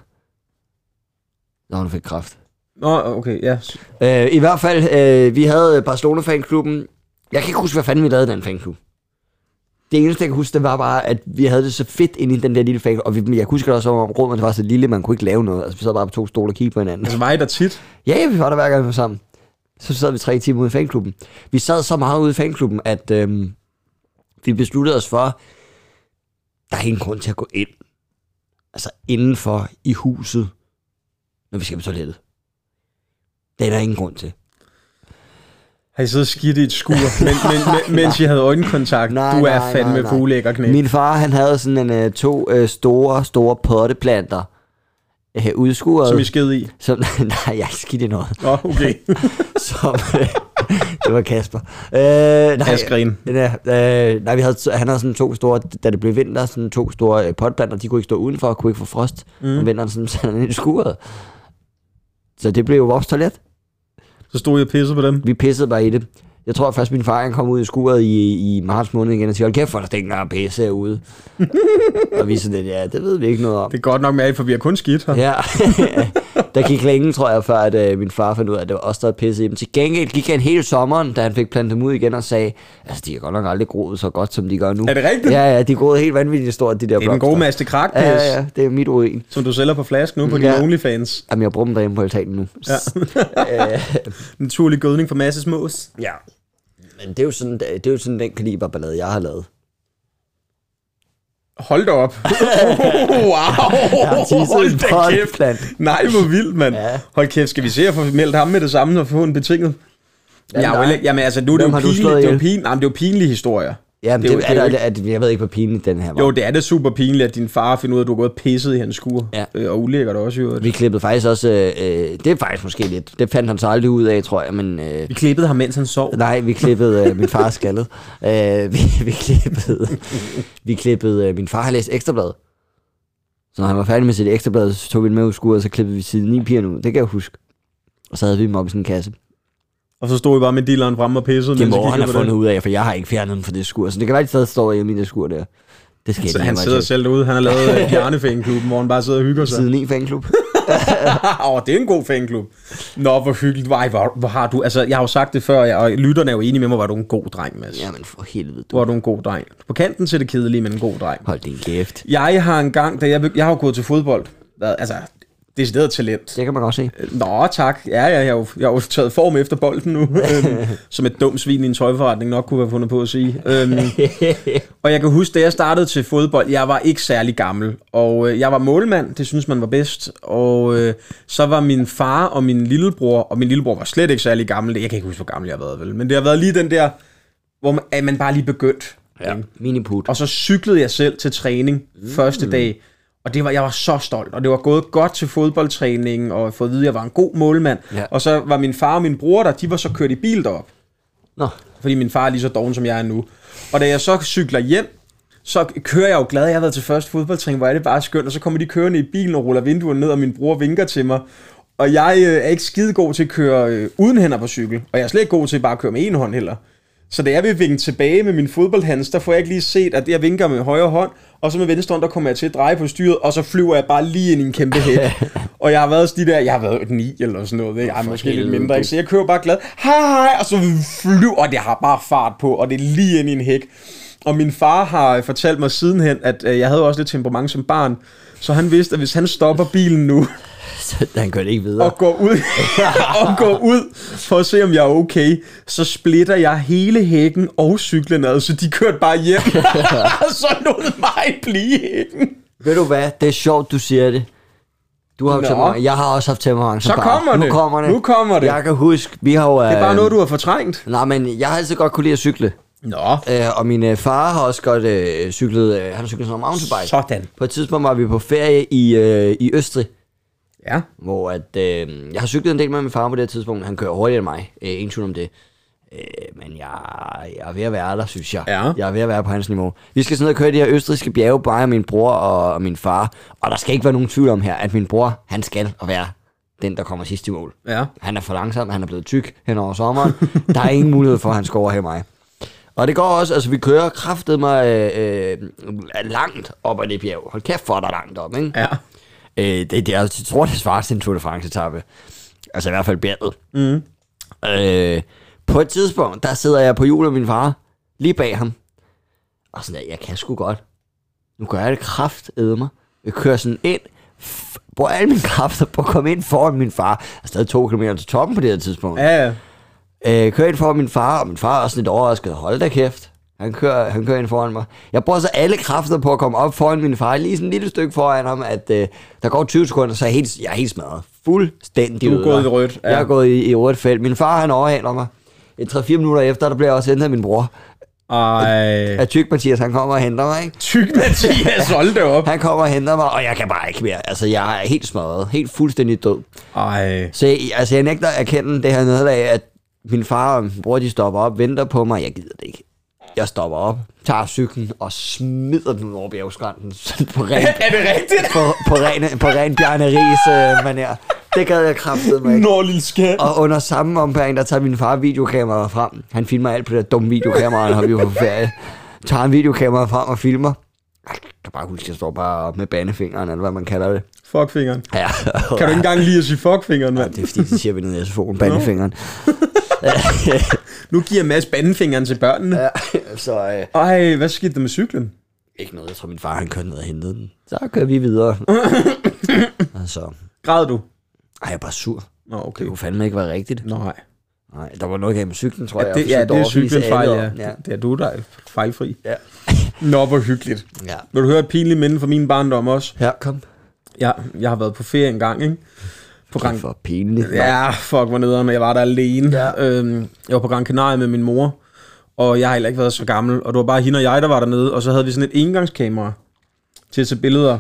S2: Når han fik kraft.
S1: Nå, okay, ja.
S2: Øh, I hvert fald, øh, vi havde Barcelona-fanklubben. Jeg kan ikke huske, hvad fanden vi lavede i den fanklub. Det eneste, jeg kan huske, det var bare, at vi havde det så fedt inde i den der lille fanklub. Og vi, jeg husker det også, om rummet var så lille, man kunne ikke lave noget. Altså, vi sad bare på to stole og kiggede på hinanden.
S1: Altså, var I der tit?
S2: Ja, ja, vi var der hver gang, vi var sammen. Så sad vi tre timer ude i fanklubben. Vi sad så meget ude i fanklubben, at øhm, vi besluttede os for, der er ingen grund til at gå ind. Altså indenfor i huset, når vi skal på toilettet. Det er der ingen grund til.
S1: Har I siddet skidt i et skur, men, men, men, mens I havde øjenkontakt?
S2: Nej,
S1: du er
S2: nej,
S1: fandme
S2: nej, nej.
S1: kulækker knæ.
S2: Min far, han havde sådan en, øh, to øh, store, store potteplanter øh, udskuret.
S1: Som I sked i.
S2: som, nej, jeg er ikke skidt i noget.
S1: Nå, okay.
S2: Som, øh, det var Kasper. Øh, nej,
S1: Askren.
S2: Ja, øh, nej, vi havde, han havde sådan to store, da det blev vinter, sådan to store øh, potplanter, de kunne ikke stå udenfor og kunne ikke få frost mm. om vinteren, sådan satte han ind i skuret. Så det blev jo vores toilet.
S1: Så stod jeg og pissede på dem.
S2: Vi pissede bare i det. Jeg tror først, min far han kom ud i skuret i, i marts måned igen og siger, hold kæft, hvor der stinker af pisse herude. og vi er sådan lidt, ja, det ved vi ikke noget om.
S1: Det er godt nok med, at vi har kun skidt her.
S2: Ja. Der gik længe, tror jeg, før at, øh, min far fandt ud af, at det var os, der havde pisset i dem. Til gengæld gik han hele sommeren, da han fik plantet dem ud igen og sagde, altså de har godt nok aldrig groet så godt, som de gør nu.
S1: Er det rigtigt?
S2: Ja, ja, de groede helt vanvittigt stort, de der
S1: Det er den gode masse krak,
S2: Ja, ja, ja, det er mit urin.
S1: som du sælger på flaske nu på dine
S2: Ja.
S1: OnlyFans.
S2: Jamen, jeg bruger dem derhjemme på altanen nu. Ja.
S1: Naturlig gødning for masse smås.
S2: ja. Men det er jo sådan, det er jo sådan den kaliber ballade, jeg har lavet.
S1: Hold da op. wow.
S2: Jeg har tisset
S1: Hold
S2: en
S1: da kæft.
S2: potplant.
S1: Nej, hvor vildt, mand.
S2: Ja.
S1: Hold kæft, skal vi se at få meldt ham med det samme og få en betinget? Ja, jeg er jo
S2: nej.
S1: heller ikke- jamen altså, nu er det
S2: Hvem
S1: jo
S2: har du
S1: pinlige,
S2: slået
S1: det er jo
S2: ihjel?
S1: pin, nej, men det er jo pinlige historier.
S2: Jamen,
S1: Det er
S2: det,
S1: jo-
S2: det,
S1: det er
S2: er,
S1: jo
S2: der, er, jeg ved ikke, hvor pinligt den her var.
S1: Jo, det er det super pinligt, at din far finder ud af, at du har gået og pisset i hans skur.
S2: Ja.
S1: Øh, og ulækkert også, jo.
S2: Vi klippede faktisk også, øh, øh, det er faktisk måske lidt, det fandt han så aldrig ud af, tror jeg, men... Øh,
S1: Vi klippede ham, mens han sov.
S2: nej, vi klippede øh, min far skaldet. Øh, vi, vi klippede, vi klippede øh, min far har læst Ekstrabladet. Så når han var færdig med sit ekstrablad, så tog vi den med ud i skuret, og så klippede vi siden 9 pigerne ud. Det kan jeg huske. Og så havde vi dem op i sådan en kasse.
S1: Og så stod I bare med dilleren frem og pissede.
S2: Det
S1: mens I
S2: må han
S1: kiggede
S2: have
S1: på det.
S2: fundet ud af, for jeg har ikke fjernet den fra det skur. Så det kan være, at de stadig står hjemme i det skur der. Det skal
S1: Så
S2: jeg
S1: han
S2: lige
S1: sidder
S2: have mig til.
S1: selv derude. Han har lavet øh, Bjarnefængeklubben, hvor han bare sidder og hygger sig.
S2: Siden 9 fanklub.
S1: Åh, oh, det er en god fanklub. Nå, hvor hyggeligt. Ej, hvor, hvor har du... Altså, jeg har jo sagt det før, jeg, og lytterne er jo enige med mig, var du en god dreng, Mads. Ja.
S2: Jamen for helvede, du.
S1: Var du en god dreng. På kanten til det kedelige, men en god dreng.
S2: Hold din kæft.
S1: Jeg har en gang, da jeg, jeg har jo gået til fodbold, været, altså, decideret talent.
S2: Det kan man godt se.
S1: Nå, tak. Ja, ja, jeg har jo, jeg har jo taget form efter bolden nu, øhm, som et dumt svin i en tøjforretning nok kunne have fundet på at sige. Øhm, og jeg kan huske, da jeg startede til fodbold, jeg var ikke særlig gammel, og øh, jeg var målmand, det synes man var bedst, og øh, så var min far og min lillebror, og min lillebror var slet ikke særlig gammel, jeg kan ikke huske, hvor gammel jeg har været, vel? men det har været lige den der, hvor man, at man bare lige begyndt.
S2: Ja. Miniput.
S1: Og så cyklede jeg selv til træning mm. første dag. Og det var, jeg var så stolt, og det var gået godt til fodboldtræningen, og fået at vide, at jeg var en god målmand.
S2: Ja.
S1: Og så var min far og min bror der, de var så kørt i bil derop,
S2: Nå,
S1: fordi min far er lige så doven, som jeg er nu. Og da jeg så cykler hjem, så kører jeg jo glad, jeg har været til første fodboldtræning, hvor er det bare skønt, og så kommer de kørende i bilen og ruller vinduerne ned, og min bror vinker til mig. Og jeg øh, er ikke skide god til at køre øh, uden hænder på cykel, og jeg er slet ikke god til bare at køre med en hånd heller. Så da jeg vil vinke tilbage med min fodboldhands, der får jeg ikke lige set, at jeg vinker med højre hånd, og så med venstre hånd, der kommer jeg til at dreje på styret, og så flyver jeg bare lige ind i en kæmpe hæk. og jeg har været sådan de der, jeg har været ni eller sådan noget, ikke? Ej, måske lidt
S2: helvede,
S1: mindre,
S2: du.
S1: ikke? så jeg kører bare glad, hej, hej, og så flyver, og det har bare fart på, og det er lige ind i en hæk. Og min far har øh, fortalt mig sidenhen, at øh, jeg havde også lidt temperament som barn, så han vidste, at hvis han stopper bilen nu,
S2: så han kørte ikke videre.
S1: og går ud, og går ud for at se, om jeg er okay, så splitter jeg hele hækken og cyklen ad, så de kørte bare hjem. så lod mig blive i hækken.
S2: Ved du hvad, det er sjovt, du siger det. Du har jo
S1: Nå.
S2: temperament. Jeg har også haft temperament. som
S1: Så
S2: barn.
S1: kommer det.
S2: Nu kommer det.
S1: Nu kommer det.
S2: Jeg kan huske, vi har jo...
S1: Det er bare noget, du har fortrængt.
S2: Nej, men jeg har altid godt kunne lide at cykle.
S1: Nå.
S2: Øh, og min øh, far har også godt øh, cyklet... Øh, han har cyklet sådan en mountainbike.
S1: Sådan.
S2: På et tidspunkt var vi på ferie i, øh, i Østrig,
S1: Ja.
S2: hvor at, øh, jeg har cyklet en del med min far på det her tidspunkt. Han kører hurtigere end mig. Øh, ingen tvivl om det. Øh, men jeg, jeg er ved at være der, synes jeg.
S1: Ja.
S2: Jeg er ved at være på hans niveau. Vi skal sådan ned og køre i de her østrigske bjerge, bare min bror og, og min far. Og der skal ikke være nogen tvivl om her, at min bror, han skal at være den, der kommer sidst i mål.
S1: Ja.
S2: Han er for langsom, han er blevet tyk hen over sommeren. der er ingen mulighed for, at han skal overhælde mig. Og det går også, altså vi kører kraftet mig øh, øh, langt op ad det bjerg. Hold kæft for, der er langt op, ikke?
S1: Ja.
S2: Øh, det, det er, jeg tror, det svarer til en Tour de France-etappe. Altså i hvert fald bjerget.
S1: Mm.
S2: Øh, på et tidspunkt, der sidder jeg på hjulet af min far, lige bag ham. Og sådan der, jeg kan sgu godt. Nu gør jeg det kraft mig. Jeg kører sådan ind, f- bruger alle mine kræfter på at komme ind foran min far. Jeg er stadig to kilometer til toppen på det her tidspunkt.
S1: Ja, ja.
S2: Øh, kører ind foran min far, og min far er sådan lidt overrasket. Hold da kæft. Han kører, han kører ind foran mig. Jeg bruger så alle kræfter på at komme op foran min far, lige sådan et lille stykke foran ham, at øh, der går 20 sekunder, så er jeg, helt, jeg er helt smadret. Fuldstændig
S1: Du er
S2: ødelagt.
S1: gået i rødt, ja.
S2: Jeg er gået i, i rødt felt. Min far, han overhaler mig. Et 3-4 minutter efter, der bliver jeg også hentet af min bror.
S1: Ej.
S2: At Tyk Mathias, han kommer og henter mig, ikke?
S1: Tyk Mathias, hold det op.
S2: Han kommer og henter mig, og jeg kan bare ikke mere. Altså, jeg er helt smadret. Helt fuldstændig død.
S1: Ej.
S2: Så jeg, altså, jeg nægter at erkende det her nederlag, at min far og min bror, de stopper op, venter på mig. Jeg gider det ikke. Jeg stopper op, tager cyklen og smider den ud over bjergskrænten sådan på ren,
S1: Er det rigtigt?
S2: på, på ren, på ren Bjarne Ries øh, manér. Det gad jeg kraftedeme mig ikke.
S1: Nå, lille skat.
S2: Og under samme ombæring, der tager min far videokameraet frem. Han filmer alt på det der dumme videokamera, når vi var på ferie. Tager en videokamera frem og filmer. Jeg kan bare huske, jeg står bare op med bandefingeren, eller hvad man kalder det.
S1: Fuckfingeren.
S2: Ja.
S1: Kan du ikke engang lige at sige fuckfingeren, mand?
S2: Det er fordi, det siger vi nede i SFO'en, bandefingeren.
S1: Nu giver Mads bandefingeren til børnene.
S2: Ja, så øh,
S1: Ej, hvad skete der med cyklen?
S2: ikke noget. Jeg tror, min far han kørte ned og hentede den. Så kører vi videre. og så,
S1: Græd du?
S2: ej, jeg er bare sur.
S1: Nå, okay.
S2: Det kunne fandme ikke være rigtigt.
S1: Nej.
S2: Nej, der var noget galt med cyklen, tror
S1: Ja,
S2: jeg.
S1: det, ja,
S2: Jeg forsøgte
S1: det er
S2: at overbevise
S1: cyklen fejl,
S2: alle
S1: ja.
S2: om- ja.
S1: Det er du, der er fejlfri.
S2: Ja.
S1: Nå, hvor hyggeligt.
S2: ja.
S1: Vil du høre et pinligt minde fra min barndom også?
S2: Her, kom.
S1: Ja, jeg har været på ferie en gang, ikke? På
S2: Det er
S1: Gran...
S2: for pinligt. Ja.
S1: Ja, fuck, hvor nederen, og jeg var der alene.
S2: Ja.
S1: Øhm, jeg var på Gran Canaria med min mor, og jeg har heller ikke været så gammel. Og det var bare hende og jeg, der var dernede, og så havde vi sådan et engangskamera til at tage billeder.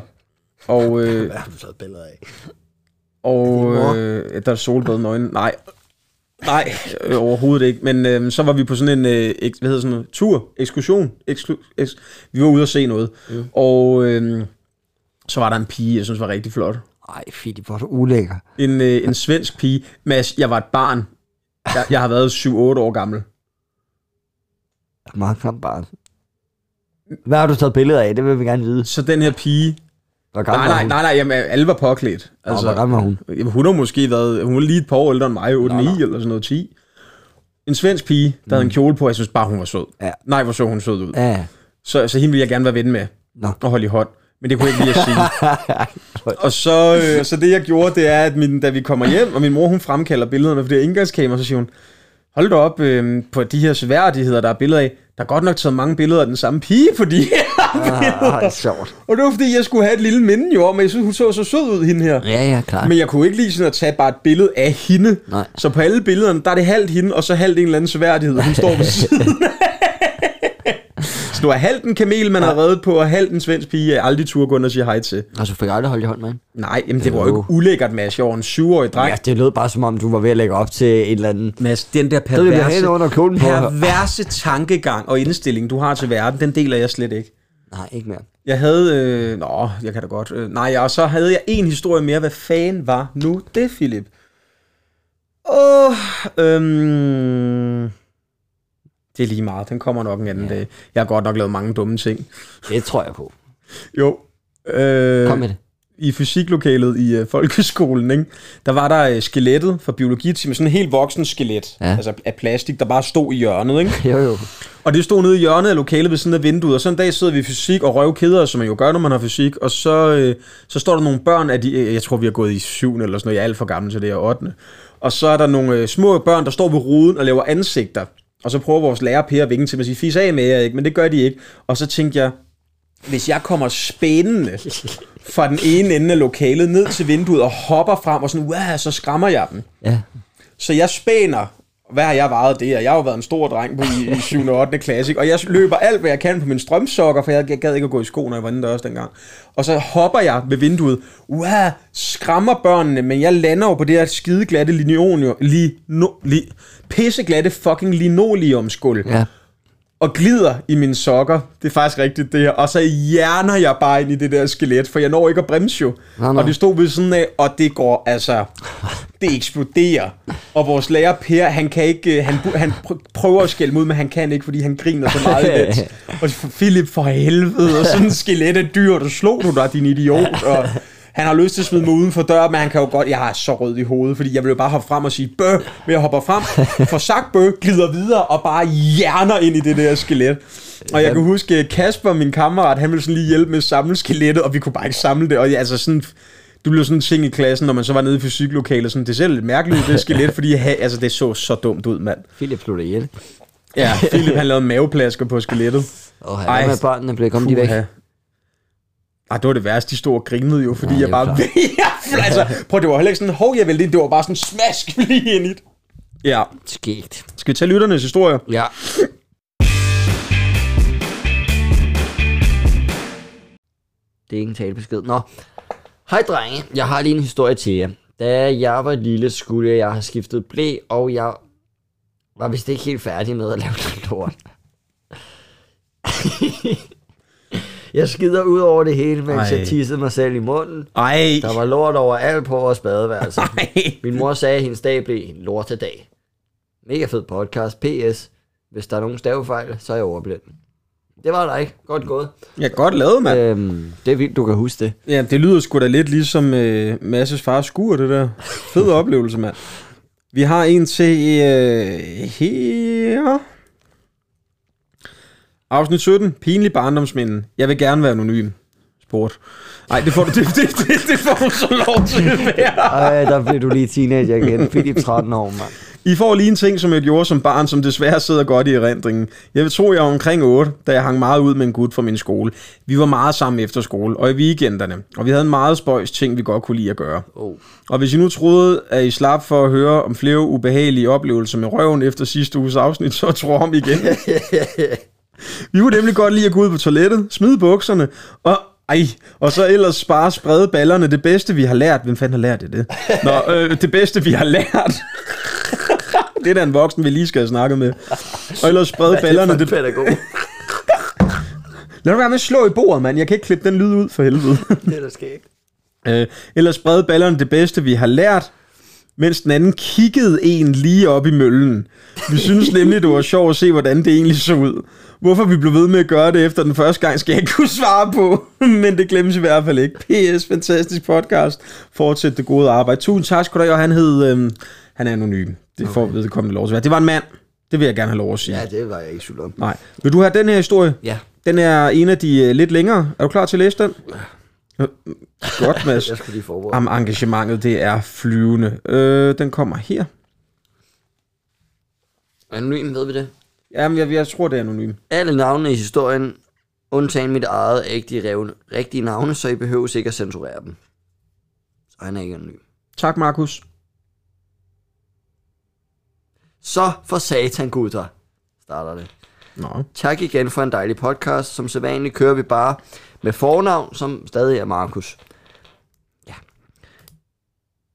S1: Og, øh,
S2: Hvad har du taget billeder af?
S1: og
S2: mor?
S1: øh, der er solbad nøgen. Nej, nej, øh, overhovedet ikke. Men øh, så var vi på sådan en, øh, ek, hvad hedder sådan noget, tur, ekskursion. Eksklu, eks, vi var ude og se noget. Mm. Og øh, så var der en pige, jeg synes var rigtig flot.
S2: Ej, Philip, hvor er du ulækker.
S1: En, øh, en svensk pige. Mads, jeg var et barn. Jeg, jeg har været 7-8 år gammel.
S2: Jeg er meget klam barn. Hvad har du taget billeder af? Det vil vi gerne vide.
S1: Så den her pige...
S2: Hvor gammel
S1: Nej,
S2: var
S1: nej,
S2: hun?
S1: nej, nej jamen, alle var påklædt.
S2: Altså, hvor gammel var hun?
S1: jamen, hun har måske været... Hun var lige et par år ældre end mig, 8-9 eller sådan noget, 10. En svensk pige, der havde en kjole på, jeg synes bare, hun var sød.
S2: Mm. Ja.
S1: Nej, hvor så hun sød ud.
S2: Ja,
S1: Så, så hende ville jeg gerne være ven med
S2: nå.
S1: og holde i hånd. Men det kunne jeg ikke lige at sige. og så, øh, så det, jeg gjorde, det er, at min, da vi kommer hjem, og min mor, hun fremkalder billederne for det her indgangskamera, så siger hun, hold da op øh, på de her seværdigheder, der er billeder af. Der er godt nok taget mange billeder af den samme pige på de her billeder.
S2: Ah, sjovt.
S1: Og det var, fordi jeg skulle have et lille minde jo om, at jeg synes, hun så så sød ud, hende her.
S2: Ja, ja, klart.
S1: Men jeg kunne ikke lige sådan at tage bare et billede af hende.
S2: Nej.
S1: Så på alle billederne, der er det halvt hende, og så halvt en eller anden seværdighed. Hun står ved siden af. Så nu er halvt en kamel, man har reddet på, og halvt en svensk pige, jeg aldrig turde gå ind og sige hej til.
S2: Og så fik jeg aldrig holdt i hånd med hende.
S1: Nej, jamen det var jo
S2: Jo.
S1: ikke ulækkert, Mads. Jeg var en syvårig dreng.
S2: Ja, det lød bare som om, du var ved at lægge op til en eller anden...
S1: Mads, den der
S2: vil jeg have under kjolen på.
S1: perverse tankegang og indstilling, du har til verden, den deler jeg slet ikke.
S2: Nej, ikke mere.
S1: Jeg havde... Øh, nå, jeg kan da godt... Øh, nej, og så havde jeg en historie mere. Hvad fanden var nu det, Philip? Åh... Øhm, det er lige meget. Den kommer nok en anden ja. dag. Jeg har godt nok lavet mange dumme ting.
S2: Det tror jeg på.
S1: Jo. Øh,
S2: Kom med det.
S1: i fysiklokalet i øh, folkeskolen, ikke? der var der øh, skelettet fra biologitimen, sådan en helt voksen skelet, ja.
S2: Ja.
S1: altså af plastik, der bare stod i hjørnet. Ikke?
S2: Jo, jo.
S1: Og det stod nede i hjørnet af lokalet ved siden af vinduet, og så en dag sidder vi i fysik og røvkeder, som man jo gør, når man har fysik, og så, øh, så står der nogle børn af de, øh, jeg tror vi har gået i 7. eller sådan noget, jeg er alt for gammel til det, jeg er 8. Og så er der nogle øh, små børn, der står ved ruden og laver ansigter, og så prøver vores lærer Per at vinke til mig og sige, fis af med jer, ikke? men det gør de ikke. Og så tænkte jeg, hvis jeg kommer spændende fra den ene ende af lokalet ned til vinduet og hopper frem og sådan, wow, så skræmmer jeg dem.
S2: Ja.
S1: Så jeg spæner, hvad har jeg vejet det? Og jeg har jo været en stor dreng på i, i 7. og 8. klasse, ikke? og jeg løber alt, hvad jeg kan på mine strømsokker, for jeg jeg gad ikke at gå i sko, når jeg var indendørs dengang. Og så hopper jeg ved vinduet, wow, skræmmer børnene, men jeg lander jo på det her skideglatte linoleum, lino, li, pisseglatte fucking linoleumsgulv
S2: Ja.
S1: og glider i mine sokker. Det er faktisk rigtigt det her. Og så hjerner jeg bare ind i det der skelet, for jeg når ikke at bremse jo.
S2: Nej, nej.
S1: Og det stod ved siden af, og det går altså... Det eksploderer. Og vores lærer Per, han kan ikke... øh, Han, bu- han pr- prøver at skælde mod, men han kan ikke, fordi han griner så meget lidt. Og Philip, for helvede, og sådan en skelet af dyr, du slog du dig, din idiot. Og han har lyst til at smide mig uden for døren, men han kan jo godt... Jeg er så rød i hovedet, fordi jeg vil jo bare hoppe frem og sige bøh, men jeg hopper frem, får sagt bøh, glider videre og bare hjerner ind i det der skelet. Og jeg kan huske, øh, Kasper, min kammerat, han ville sådan lige hjælpe med at samle skelettet, og vi kunne bare ikke samle det. Og jeg, altså sådan, det blev sådan en ting i klassen, når man så var nede i fysiklokalet, sådan, det ser lidt mærkeligt ud, det skelet, fordi ha, altså, det så så dumt ud, mand.
S2: Philip slog dig ihjel.
S1: Ja, Philip han lavede maveplasker på skelettet.
S2: Og
S1: Ej.
S2: hvad med børnene? Blev kom de væk?
S1: Puha. Ej, det var det værste, de stod og grinede jo, fordi
S2: Ja,
S1: ja,
S2: det
S1: jeg
S2: er
S1: bare...
S2: klart.
S1: ja, altså, prøv, det var heller ikke sådan, hov, jeg vælte ind, det var bare sådan smask lige ind i det. Ja,
S2: Skægt.
S1: skal vi tage lytternes historier?
S2: Ja. Det er ingen talebesked. Nå. Hej drenge, jeg har lige en historie til jer. Da jeg var lille, skulle jeg have skiftet blæ, og jeg var vist ikke helt færdig med at lave noget lort. jeg skider ud over det hele, mens
S1: Ej.
S2: Ej. jeg tissede mig selv i munden.
S1: Ej,
S2: Der var lort over alt på vores badeværelse.
S1: nej.
S2: Min mor sagde, at hendes dag blev en lortedag. Mega fed podcast. PS. Hvis der er nogen stavefejl, så er jeg overblind. Det var der ikke. Godt gået.
S1: Ja, godt lavet, mand.
S2: Øhm, det er vildt, du kan huske det.
S1: Ja, det lyder sgu da lidt ligesom øh, Masses fars skur, det der. Fed oplevelse, mand. Vi har en til øh, her. Afsnit 17. Pinlig barndomsminden. Jeg vil gerne være anonym. Sport. Nej, det får du, det, det, det, det får du så lov til at være.
S2: Ej, der blev du lige teenager igen. Philip 13 år, mand.
S1: I får lige en ting, som jeg gjorde som barn, som desværre sidder godt i erindringen. Jeg vil tro, jeg var omkring 8, da jeg hang meget ud med en gut fra min skole. Vi var meget sammen efter skole, og i weekenderne. Og vi havde en meget spøjs ting, vi godt kunne lide at gøre.
S2: Oh.
S1: Og hvis I nu troede, at I slap for at høre om flere ubehagelige oplevelser med røven efter sidste uges afsnit, så tror om igen. vi kunne nemlig godt lide at gå ud på toilettet, smide bukserne og... Ej, og så ellers bare sprede ballerne. Det bedste, vi har lært. Hvem fanden har lært det? det? Nå, øh, det bedste, vi har lært. det er da en voksen, vi lige skal have snakket med. Og ellers sprede ballerne. Det...
S2: pædagog.
S1: Lad nu være med at slå i bordet, mand. Jeg kan ikke klippe den lyd ud for helvede.
S2: det er der skægt.
S1: Øh, ellers brede ballerne det bedste, vi har lært, mens den anden kiggede en lige op i møllen. Vi synes nemlig, det var sjovt at se, hvordan det egentlig så ud. Hvorfor vi blev ved med at gøre det efter den første gang, skal jeg ikke kunne svare på, men det glemmes i hvert fald ikke. P.S. Fantastisk podcast. Fortsæt det gode arbejde. Tusind tak skulle du have, og han hed... Øhm, han er anonym. Det får okay. vedkommende lov til at være. Det var en mand. Det vil jeg gerne have lov at sige.
S2: Ja,
S1: Ja.
S2: det var jeg ikke i tvivl om.
S1: Nej. Vil du have den her historie?
S2: Ja.
S1: Den er en af de øh, lidt længere. Er du klar til at læse den? Øh, Godt, Mads.
S2: Jeg skulle lige forberede.
S1: Jamen, engagementet, det er flyvende. Øh, den kommer her.
S2: Anonym ved vi det.
S1: Jamen, jeg, jeg tror, det er anonym.
S2: Alle navnene i historien, undtagen mit eget, er ikke de revne, rigtige navne, så I behøver ikke at censurere dem. Så han er ikke anonym.
S1: Tak, Markus.
S2: Så for satan, gutter, starter det.
S1: Nå.
S2: Tak igen for en dejlig podcast. Som sædvanligt kører vi bare med fornavn, som stadig er Markus. Ja.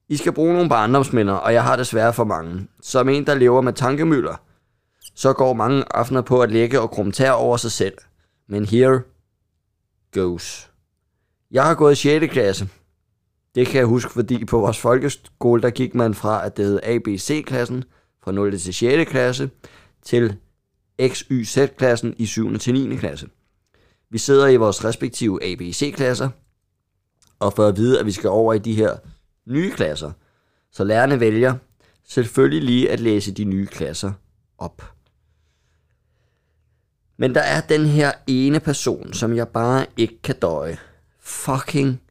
S2: I skal bruge nogle barndomsminder, og jeg har desværre for mange. Som en, der lever med tankemøller, så går mange aftener på at ligge og krumme tær over sig selv. Men here goes. Jeg har gået i 6. klasse. Det kan jeg huske, fordi på vores folkeskole, der gik man fra, at det hed ABC-klassen, fra 0. til 6. klasse, til XYZ-klassen i 7. til 9. klasse. Vi sidder i vores respektive ABC-klasser, og får at vide, at vi skal over i de her nye klasser. Så lærerne vælger selvfølgelig lige at læse de nye klasser op. Men der er den her ene person, som jeg bare ikke kan døje. Fucking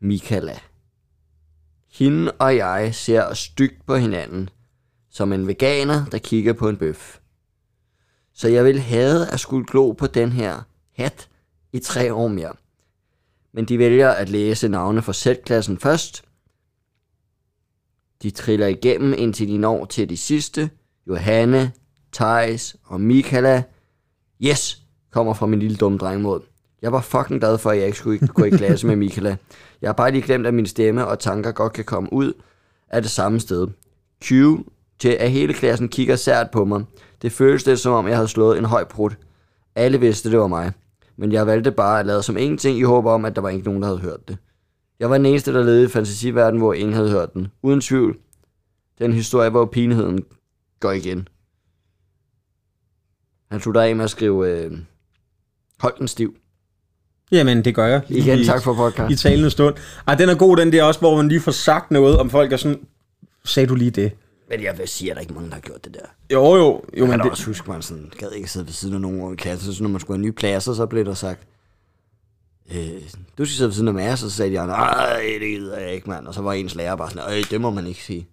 S2: Michaela. Hende og jeg ser stygt på hinanden, som en veganer, der kigger på en bøf. Så jeg ville have at skulle glo på den her hat i tre år mere. Men de vælger at læse navne for Z-klassen først. De triller igennem, indtil de når til de sidste. Johanne, Thijs og Michaela. Yes, kommer fra min lille dumme dreng mod. Jeg var fucking glad for, at jeg ikke skulle gå i klasse med Michaela. Jeg har bare lige glemt, at min stemme og tanker godt kan komme ud af det samme sted. Q til at hele klassen kigger sært på mig. Det føles lidt som om, jeg havde slået en høj prut. Alle vidste, det var mig. Men jeg valgte bare at lade som ingenting i håb om, at der var ikke nogen, der havde hørt det. Jeg var den eneste, der levede i fantasiverden, hvor ingen havde hørt den. Uden tvivl. Den historie, hvor pinheden går igen. Han slutter af med at skrive, øh, hold den stiv.
S1: Jamen, det gør jeg.
S2: Igen,
S1: I-
S2: tak for
S1: I
S2: podcast.
S1: talende stund. Ej, den er god, den der også, hvor man lige får sagt noget, om folk er sådan... Sagde du lige det?
S2: Men jeg vil sige, at der er ikke mange, der har gjort det der.
S1: Jo, jo. jo
S2: Jeg
S1: men
S2: kan da
S1: det,
S2: også huske, man sådan, gad ikke sidde ved siden af nogen over i klassen, så når man skulle have nye pladser, så blev der sagt, øh, du skal sidde ved siden af mig, så sagde de andre, nej, det gider jeg ikke, mand. Og så var ens lærer bare sådan, øh, det må man ikke sige.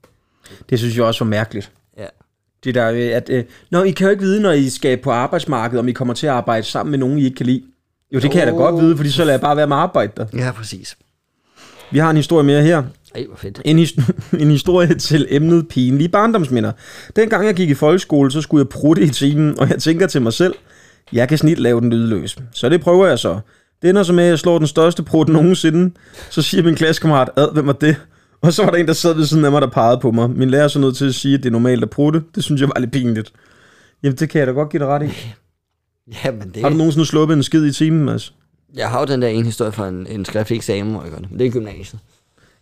S1: det synes jeg også var mærkeligt.
S2: Ja.
S1: Det der, øh, at... Øh, Nå, I kan jo ikke vide, når I skal på arbejdsmarkedet, om I kommer til at arbejde sammen med nogen, I ikke kan lide. Jo, det kan jeg da godt vide, fordi så lader jeg bare være med at arbejde der.
S2: ja, præcis.
S1: Vi har en historie mere her.
S2: Ej, hvor fedt.
S1: En, his- en historie til emnet pinlige barndomsminder. Dengang jeg gik i folkeskole, så skulle jeg prutte i timen, og jeg tænker til mig selv, jeg kan snit lave den lydløs. Så det prøver jeg så. Det ender så med, at jeg slår den største prut nogensinde. Så siger min klassekammerat, ad, hvem var det? Og så var der en, der sad ved siden af mig, der pegede på mig. Min lærer er så nødt til at sige, at det er normalt at prutte. Det synes jeg var lidt pinligt. Jamen, det kan jeg da godt give dig ret i.
S2: Jamen, det,
S1: Har du nogensinde sluppet en skid i timen, Mads?
S2: jeg har jo den der ene historie fra en, en skriftlig eksamen, hvor jeg gør det. Men det er i gymnasiet.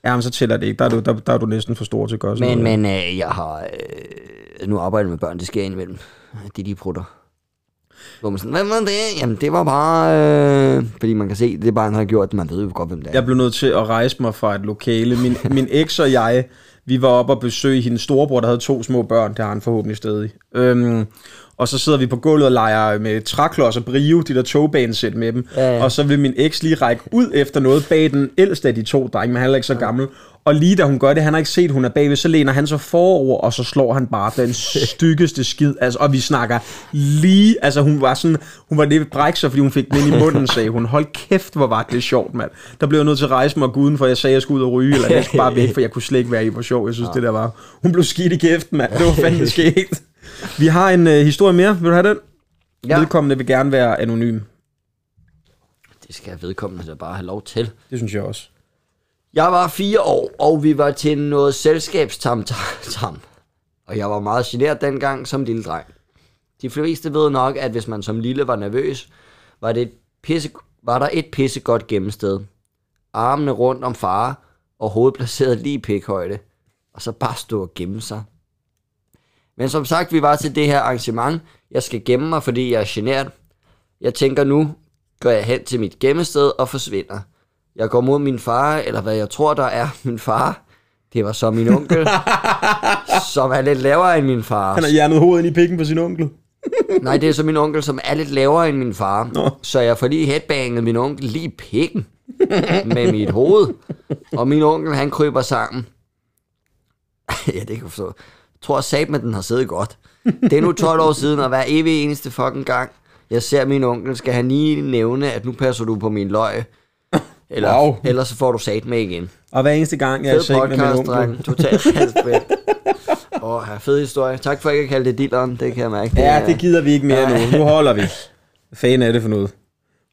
S1: Jamen, så tæller det ikke. Der er du, der, der er du næsten for stor til at gøre sådan
S2: Men,
S1: noget.
S2: men øh, jeg har øh, nu arbejdet med børn, det sker indimellem. Det er de prutter. Hvor man sådan, hvad var det? Jamen, det var bare... Øh, fordi man kan se, det er bare, han har gjort det. Man ved jo godt, hvem det er.
S1: Jeg blev nødt til at rejse mig fra et lokale. Min, min eks og jeg, vi var oppe og besøge hendes storebror, der havde to små børn. Det har han forhåbentlig stadig. Øhm, og så sidder vi på gulvet og leger med træklods og brio, de der togbanesæt med dem.
S2: Ja,
S1: Ja,
S2: ja.
S1: ja. Og så vil min eks lige række ud efter noget bag den ældste af de to drenge, men han er ikke så gammel. Og lige da hun gør det, han har ikke set, hun er bagved, så læner han sig forover, og så slår han bare den stykkeste skid. Altså, og vi snakker lige, altså hun var sådan, hun var lidt bræk sig, fordi hun fik den ind i munden, sagde hun. Hold kæft, hvor var det sjovt, mand. Der blev jeg nødt til at rejse mig og gå udenfor, jeg sagde, jeg skulle ud og ryge, eller jeg skulle bare væk, for jeg kunne slet ikke være i, hvor sjov jeg synes, ja. det der var. Hun blev skidt i kæft, mand. Det var fandme skægt. Vi har en øh, historie mere. Vil du have den?
S2: Ja.
S1: Ja. Vedkommende vil gerne være anonym.
S2: Det skal vedkommende da bare have lov til.
S1: Det synes jeg også.
S2: Jeg var fire år, og vi var til noget selskabstam-tam. Og jeg var meget generet dengang som lille dreng. De fleste ved nok, at hvis man som lille var nervøs, var, det et pisse, var der et pisse godt gemmested. Armene rundt om far, og hovedet placeret lige i pikhøjde. Og så bare stå og gemme sig. Men som sagt, vi var til det her arrangement. Jeg skal gemme mig, fordi jeg er generet. Jeg tænker nu, går jeg hen til mit gemmested og forsvinder. Jeg går mod min far, eller hvad jeg tror, der er min far. Det var så min onkel, som er lidt lavere end min far.
S1: Han har hjernet hovedet ind i pikken på sin onkel.
S2: Nej, det er så min onkel, som er lidt lavere end min far.
S1: Nå.
S2: Så jeg får lige headbanget min onkel lige i pikken med mit hoved. Og min onkel, han kryber sammen. ja, det kan jeg forstå. Jeg tror sat med den har siddet godt. Det er nu 12 år siden, og hver evig eneste fucking gang, jeg ser min onkel, skal han lige nævne, at nu passer du på min løg. Eller,
S1: Wow.
S2: Ellers så får du sat med igen.
S1: Og hver eneste gang, jeg er i
S2: Fed
S1: seng med min
S2: podcast,
S1: onkel.
S2: dreng. Totalt halsbænd. Åh, her, fed historie. Tak for ikke at kalde det dilleren, det kan jeg mærke.
S1: Ja,
S2: er-
S1: det gider vi ikke mere nu. Nu holder vi. Hvad fanden er det for noget?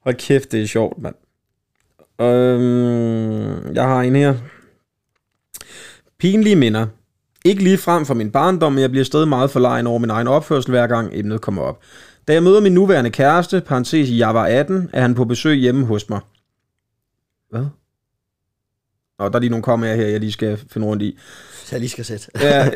S1: Hold kæft, det er sjovt, mand. Øhm, jeg har en her. Pinlige minder. Ikke lige frem fra min barndom, men jeg bliver stadig meget forlegen over min egen opførsel, hver gang emnet kommer op. Da jeg møder min nuværende kæreste, parentes, jeg var 18, er han på besøg hjemme hos mig. Hvad? Nå, der er lige nogle kommaer her, jeg lige skal finde rundt i.
S2: Så jeg lige skal sætte.
S1: Ja.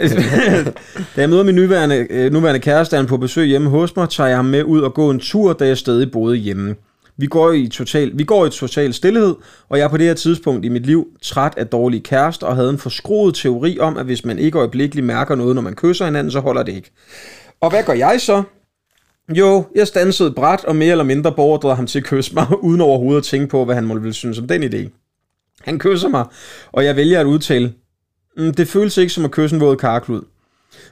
S1: da jeg møder min nuværende, øh, nuværende kæreste, er han på besøg hjemme hos mig, tager jeg ham med ud og gå en tur, da jeg stadig boede hjemme. Vi går i total, vi går i total stillhed, og jeg er på det her tidspunkt i mit liv træt af dårlige kærester og havde en forskruet teori om, at hvis man ikke øjeblikkeligt mærker noget, når man kysser hinanden, så holder det ikke. Og hvad gør jeg så? Jo, jeg stansede bræt og mere eller mindre beordrede ham til at kysse mig, uden overhovedet at tænke på, hvad han måtte ville synes om den idé. Han kysser mig, og jeg vælger at udtale, Mm, det føles ikke som at kysse en våd karklud.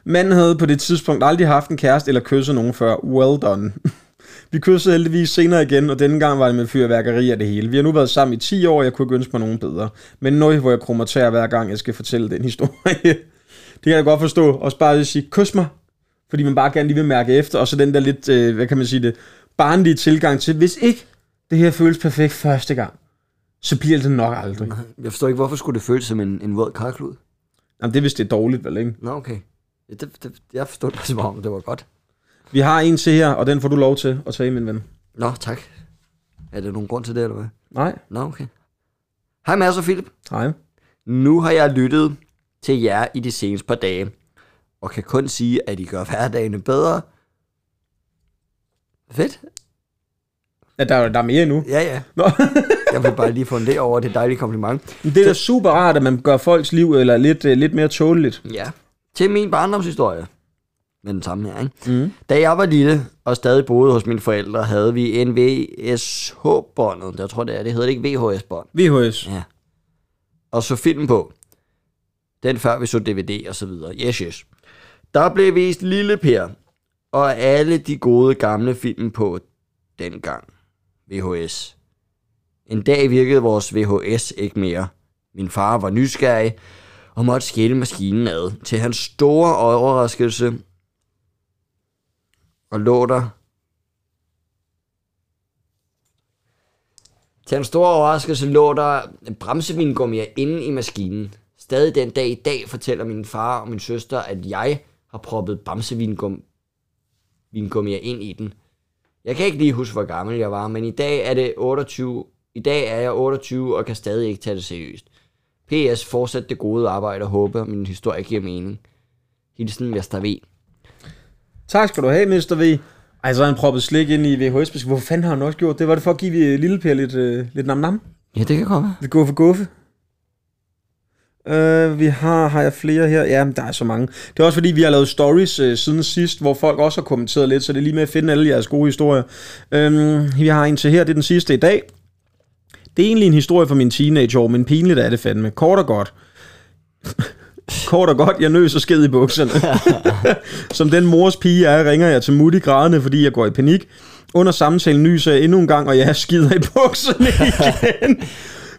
S1: Manden havde på det tidspunkt aldrig haft en kæreste eller kysset nogen før. Well done. Vi kyssede heldigvis senere igen, og denne gang var det med fyrværkeri og det hele. Vi har nu været sammen i 10 år, og jeg kunne ikke ønske mig nogen bedre. Men nøj, hvor jeg krummer tæer hver gang, jeg skal fortælle den historie. Det kan jeg godt forstå. Også bare at sige, kys mig. Fordi man bare gerne lige vil mærke efter. Og så den der lidt, øh, hvad kan man sige det, barnlige tilgang til, hvis ikke det her føles perfekt første gang, så bliver det nok aldrig.
S2: Jeg forstår ikke, hvorfor skulle det føles som en, en våd karklud?
S1: Jamen, det er hvis det er dårligt, vel ikke?
S2: Nå, okay. Ja, Det, det, jeg forstod det som om, det var godt.
S1: Vi har en til her, og den får du lov til at tage, min ven.
S2: Nå, tak. Er der nogen grund til det, eller hvad?
S1: Nej.
S2: Nå, okay. Hej Mads og Philip.
S1: Nej.
S2: Nu har jeg lyttet til jer i de seneste par dage, og kan kun sige, at I gør hverdagene bedre. Fedt.
S1: Ja, der, er- der er mere endnu.
S2: Ja, ja.
S1: Nå.
S2: Jeg vil bare lige fundere over det dejlige kompliment.
S1: Men det er da super rart, at man gør folks liv eller lidt, øh, lidt mere tåleligt.
S2: Ja. Til min barndomshistorie. Med den samme her, ikke? Mm. Da jeg var lille og stadig boede hos mine forældre, havde vi NVSH-båndet. Jeg tror, det er. Det hedder det ikke VHS-bånd.
S1: VHS.
S2: Ja. Og så film på. Den før vi så DVD og så videre. Yes, yes. Der blev vist Lille Per og alle de gode gamle film på dengang. VHS. En dag virkede vores VHS ikke mere. Min far var nysgerrig og måtte skille maskinen ad. Til hans store overraskelse og lå der Til hans store overraskelse lå der bremsevingummier inde i maskinen. Stadig den dag i dag fortæller min far og min søster, at jeg har proppet bremsevingummier ind i den. Jeg kan ikke lige huske, hvor gammel jeg var, men i dag er det 28. I dag er jeg 28 og kan stadig ikke tage det seriøst. PS, fortsat det gode arbejde og håber, at min historie giver mening. Hilsen, Vester V.
S1: Tak skal du have, Mr. V. Ej, så har han proppet slik ind i vhs -besken. Hvor fanden har han også gjort det? Var det for at give øh, lille Per lidt, øh, lidt nam-nam?
S2: Ja, det kan godt være.
S1: Lidt guffe guffe? Uh, vi har, har jeg flere her? Ja, men der er så mange. Det er også fordi, vi har lavet stories uh, siden sidst, hvor folk også har kommenteret lidt, så det er lige med at finde alle jeres gode historier. Uh, vi har en til her, det er den sidste i dag. Det er egentlig en historie fra min teenageår, men pinligt er det fandme. Kort og godt. Kort og godt, jeg nøs og sked i bukserne. Som den mors pige er, ringer jeg til Mutti grædende, fordi jeg går i panik. Under samtalen nyser jeg endnu en gang, og jeg skider i bukserne igen.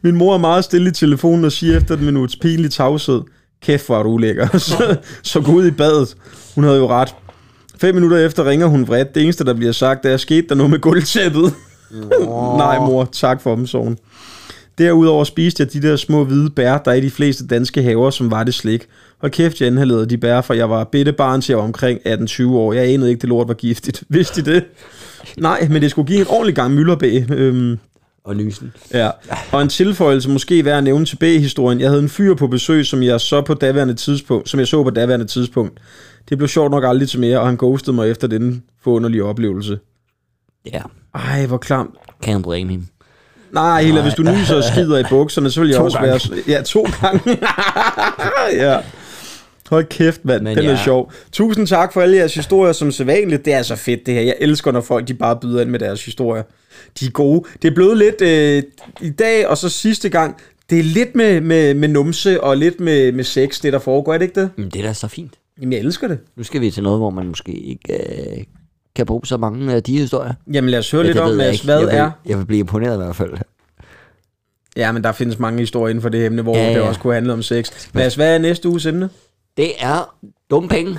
S1: Min mor er meget stille i telefonen og siger efter et minuts pinlig tavshed, kæft hvor er du ulækker, så, så gå ud i badet. Hun havde jo ret. Fem minutter efter ringer hun vredt. Det eneste, der bliver sagt, er, skete der noget med gulvtæppet? Nej, mor, tak for omsorgen. Derudover spiste jeg de der små hvide bær, der er i de fleste danske haver, som var det slik. Hold kæft, jeg inhalerede de bær, for jeg var bitte barn til jeg var omkring 18-20 år. Jeg anede ikke, det lort var giftigt. Vidste I det? Nej, men det skulle give en ordentlig gang mylderbæg. Øhm,
S2: Og nysen.
S1: Ja, og en tilføjelse måske værd at nævne til B-historien. Jeg havde en fyr på besøg, som jeg så på daværende tidspunkt, som jeg så på daværende tidspunkt. Det blev sjovt nok aldrig til mere, og han ghostede mig efter den forunderlige oplevelse.
S2: Ja,
S1: Ej, hvor klamt.
S2: can't blame him.
S1: Nej, Hilla, hvis du nyser og skider i bukserne, så vil jeg
S2: To
S1: også
S2: gange.
S1: være... Ja, to gange. ja. Hold kæft, mand.
S2: Men
S1: Den ja. er
S2: ja.
S1: sjov. Tusind tak for alle jeres historier, som sædvanligt. Det er så fedt, det her. Jeg elsker, når folk de bare byder ind med deres historier. De er gode. Det er blevet lidt øh, i dag, og så sidste gang. Det er lidt med, med, med numse og lidt med, med sex, det der foregår, er det ikke det?
S2: Men det er da så fint.
S1: Jamen, jeg elsker det.
S2: Nu skal vi til noget, hvor man måske ikke øh, kan bruge så mange af de historier.
S1: Jamen, lad os høre
S2: Ja,
S1: lidt
S2: det
S1: om,
S2: ved jeg
S1: Mads,
S2: ikke.
S1: hvad
S2: jeg vil,
S1: er...
S2: Jeg vil blive imponeret i hvert fald.
S1: Ja, men der findes mange historier inden for det emne, hvor ja,
S2: Ja,
S1: ja. det
S2: ja.
S1: også kunne handle om sex. Mads, hvad er næste uges emne?
S2: Det er dumme penge.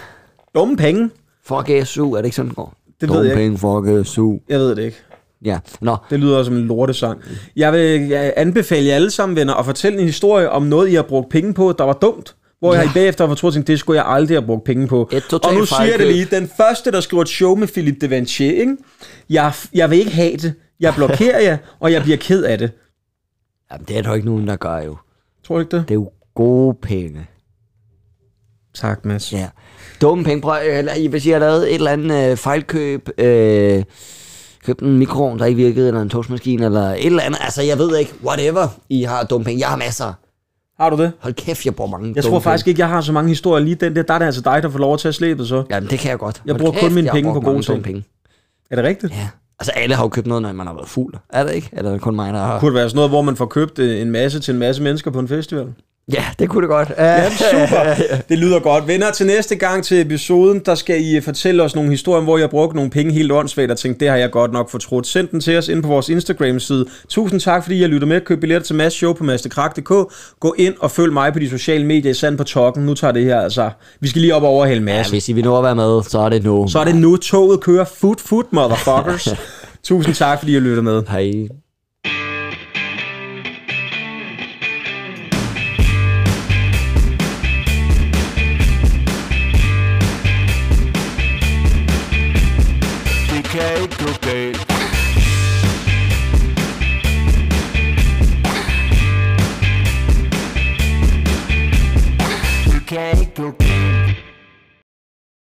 S1: Dumme penge.
S2: Fuck SU, er det ikke sådan, det går?
S1: Det ved
S2: dumme
S1: jeg ikke.
S2: penge, fuck SU.
S1: Jeg ved det ikke.
S2: Ja, nå.
S1: Det lyder som en lortesang. Jeg vil øh, anbefale jer alle sammen, venner, at fortælle en historie om noget, I har brugt penge på, der var dumt. Hvor ja. jeg i bagefter har fortrudt, at det skulle jeg aldrig have brugt penge på.
S2: Et totalt
S1: og nu siger jeg det
S2: fejlkøb.
S1: lige. Den første, der skriver et show med Philip Devanchier, ikke? Jeg, jeg vil ikke have det. Jeg blokerer jer, og jeg bliver ked af det.
S2: Jamen, det er der jo ikke nogen, der gør jo.
S1: Tror du ikke det?
S2: Det er jo gode penge.
S1: Tak, Mads.
S2: Ja. Dumme penge. Prøv, eller, I- hvis I har lavet et eller andet øh, fejlkøb, øh, købt en mikroovn, der ikke virkede, eller en toastmaskine, eller et eller andet. Altså, jeg ved ikke. Whatever. I har dumme penge. Jeg har masser.
S1: Har du det?
S2: Hold kæft, jeg bruger mange
S1: Jeg
S2: dumme
S1: tror faktisk
S2: penge.
S1: ikke, jeg har så mange historier lige den der. Der er det altså dig, der får lov at tage slæbet, så.
S2: Jamen, det kan jeg godt.
S1: Jeg
S2: Hold
S1: bruger kun mine
S2: jeg har
S1: penge
S2: brugt
S1: på gode
S2: mange
S1: ting.
S2: dumme Penge.
S1: Er det rigtigt?
S2: Ja. Altså, alle har jo købt noget, når man har været fuld. Er det ikke? Eller er det kun mig, der har...
S1: Kunne det være sådan noget, hvor man får købt øh, en masse til en masse mennesker på en festival?
S2: Ja, det kunne det godt.
S1: Ja, super. Det lyder godt. Venner, til næste gang til episoden, der skal I øh, fortælle os nogle historier, hvor jeg brugte nogle penge helt åndssvagt og tænkte, det har jeg godt nok fortrudt. Send den til os ind på vores Instagram-side. Tusind tak, fordi I har lyttet med. Køb billetter til Mads Show på mastekrak.dk. Gå ind og følg mig på de sociale medier, sand på tokken. Nu tager det her altså. Vi skal lige op og overhale Mads.
S2: Ja, hvis I vil nå at være med, så er det nu.
S1: Så er det nu, toget kører. Foot, foot, motherfuckers. Tusind tak, fordi I har lyttet med.
S2: Hej.
S3: Det kan ikke gå galt. Det kan ikke gå galt.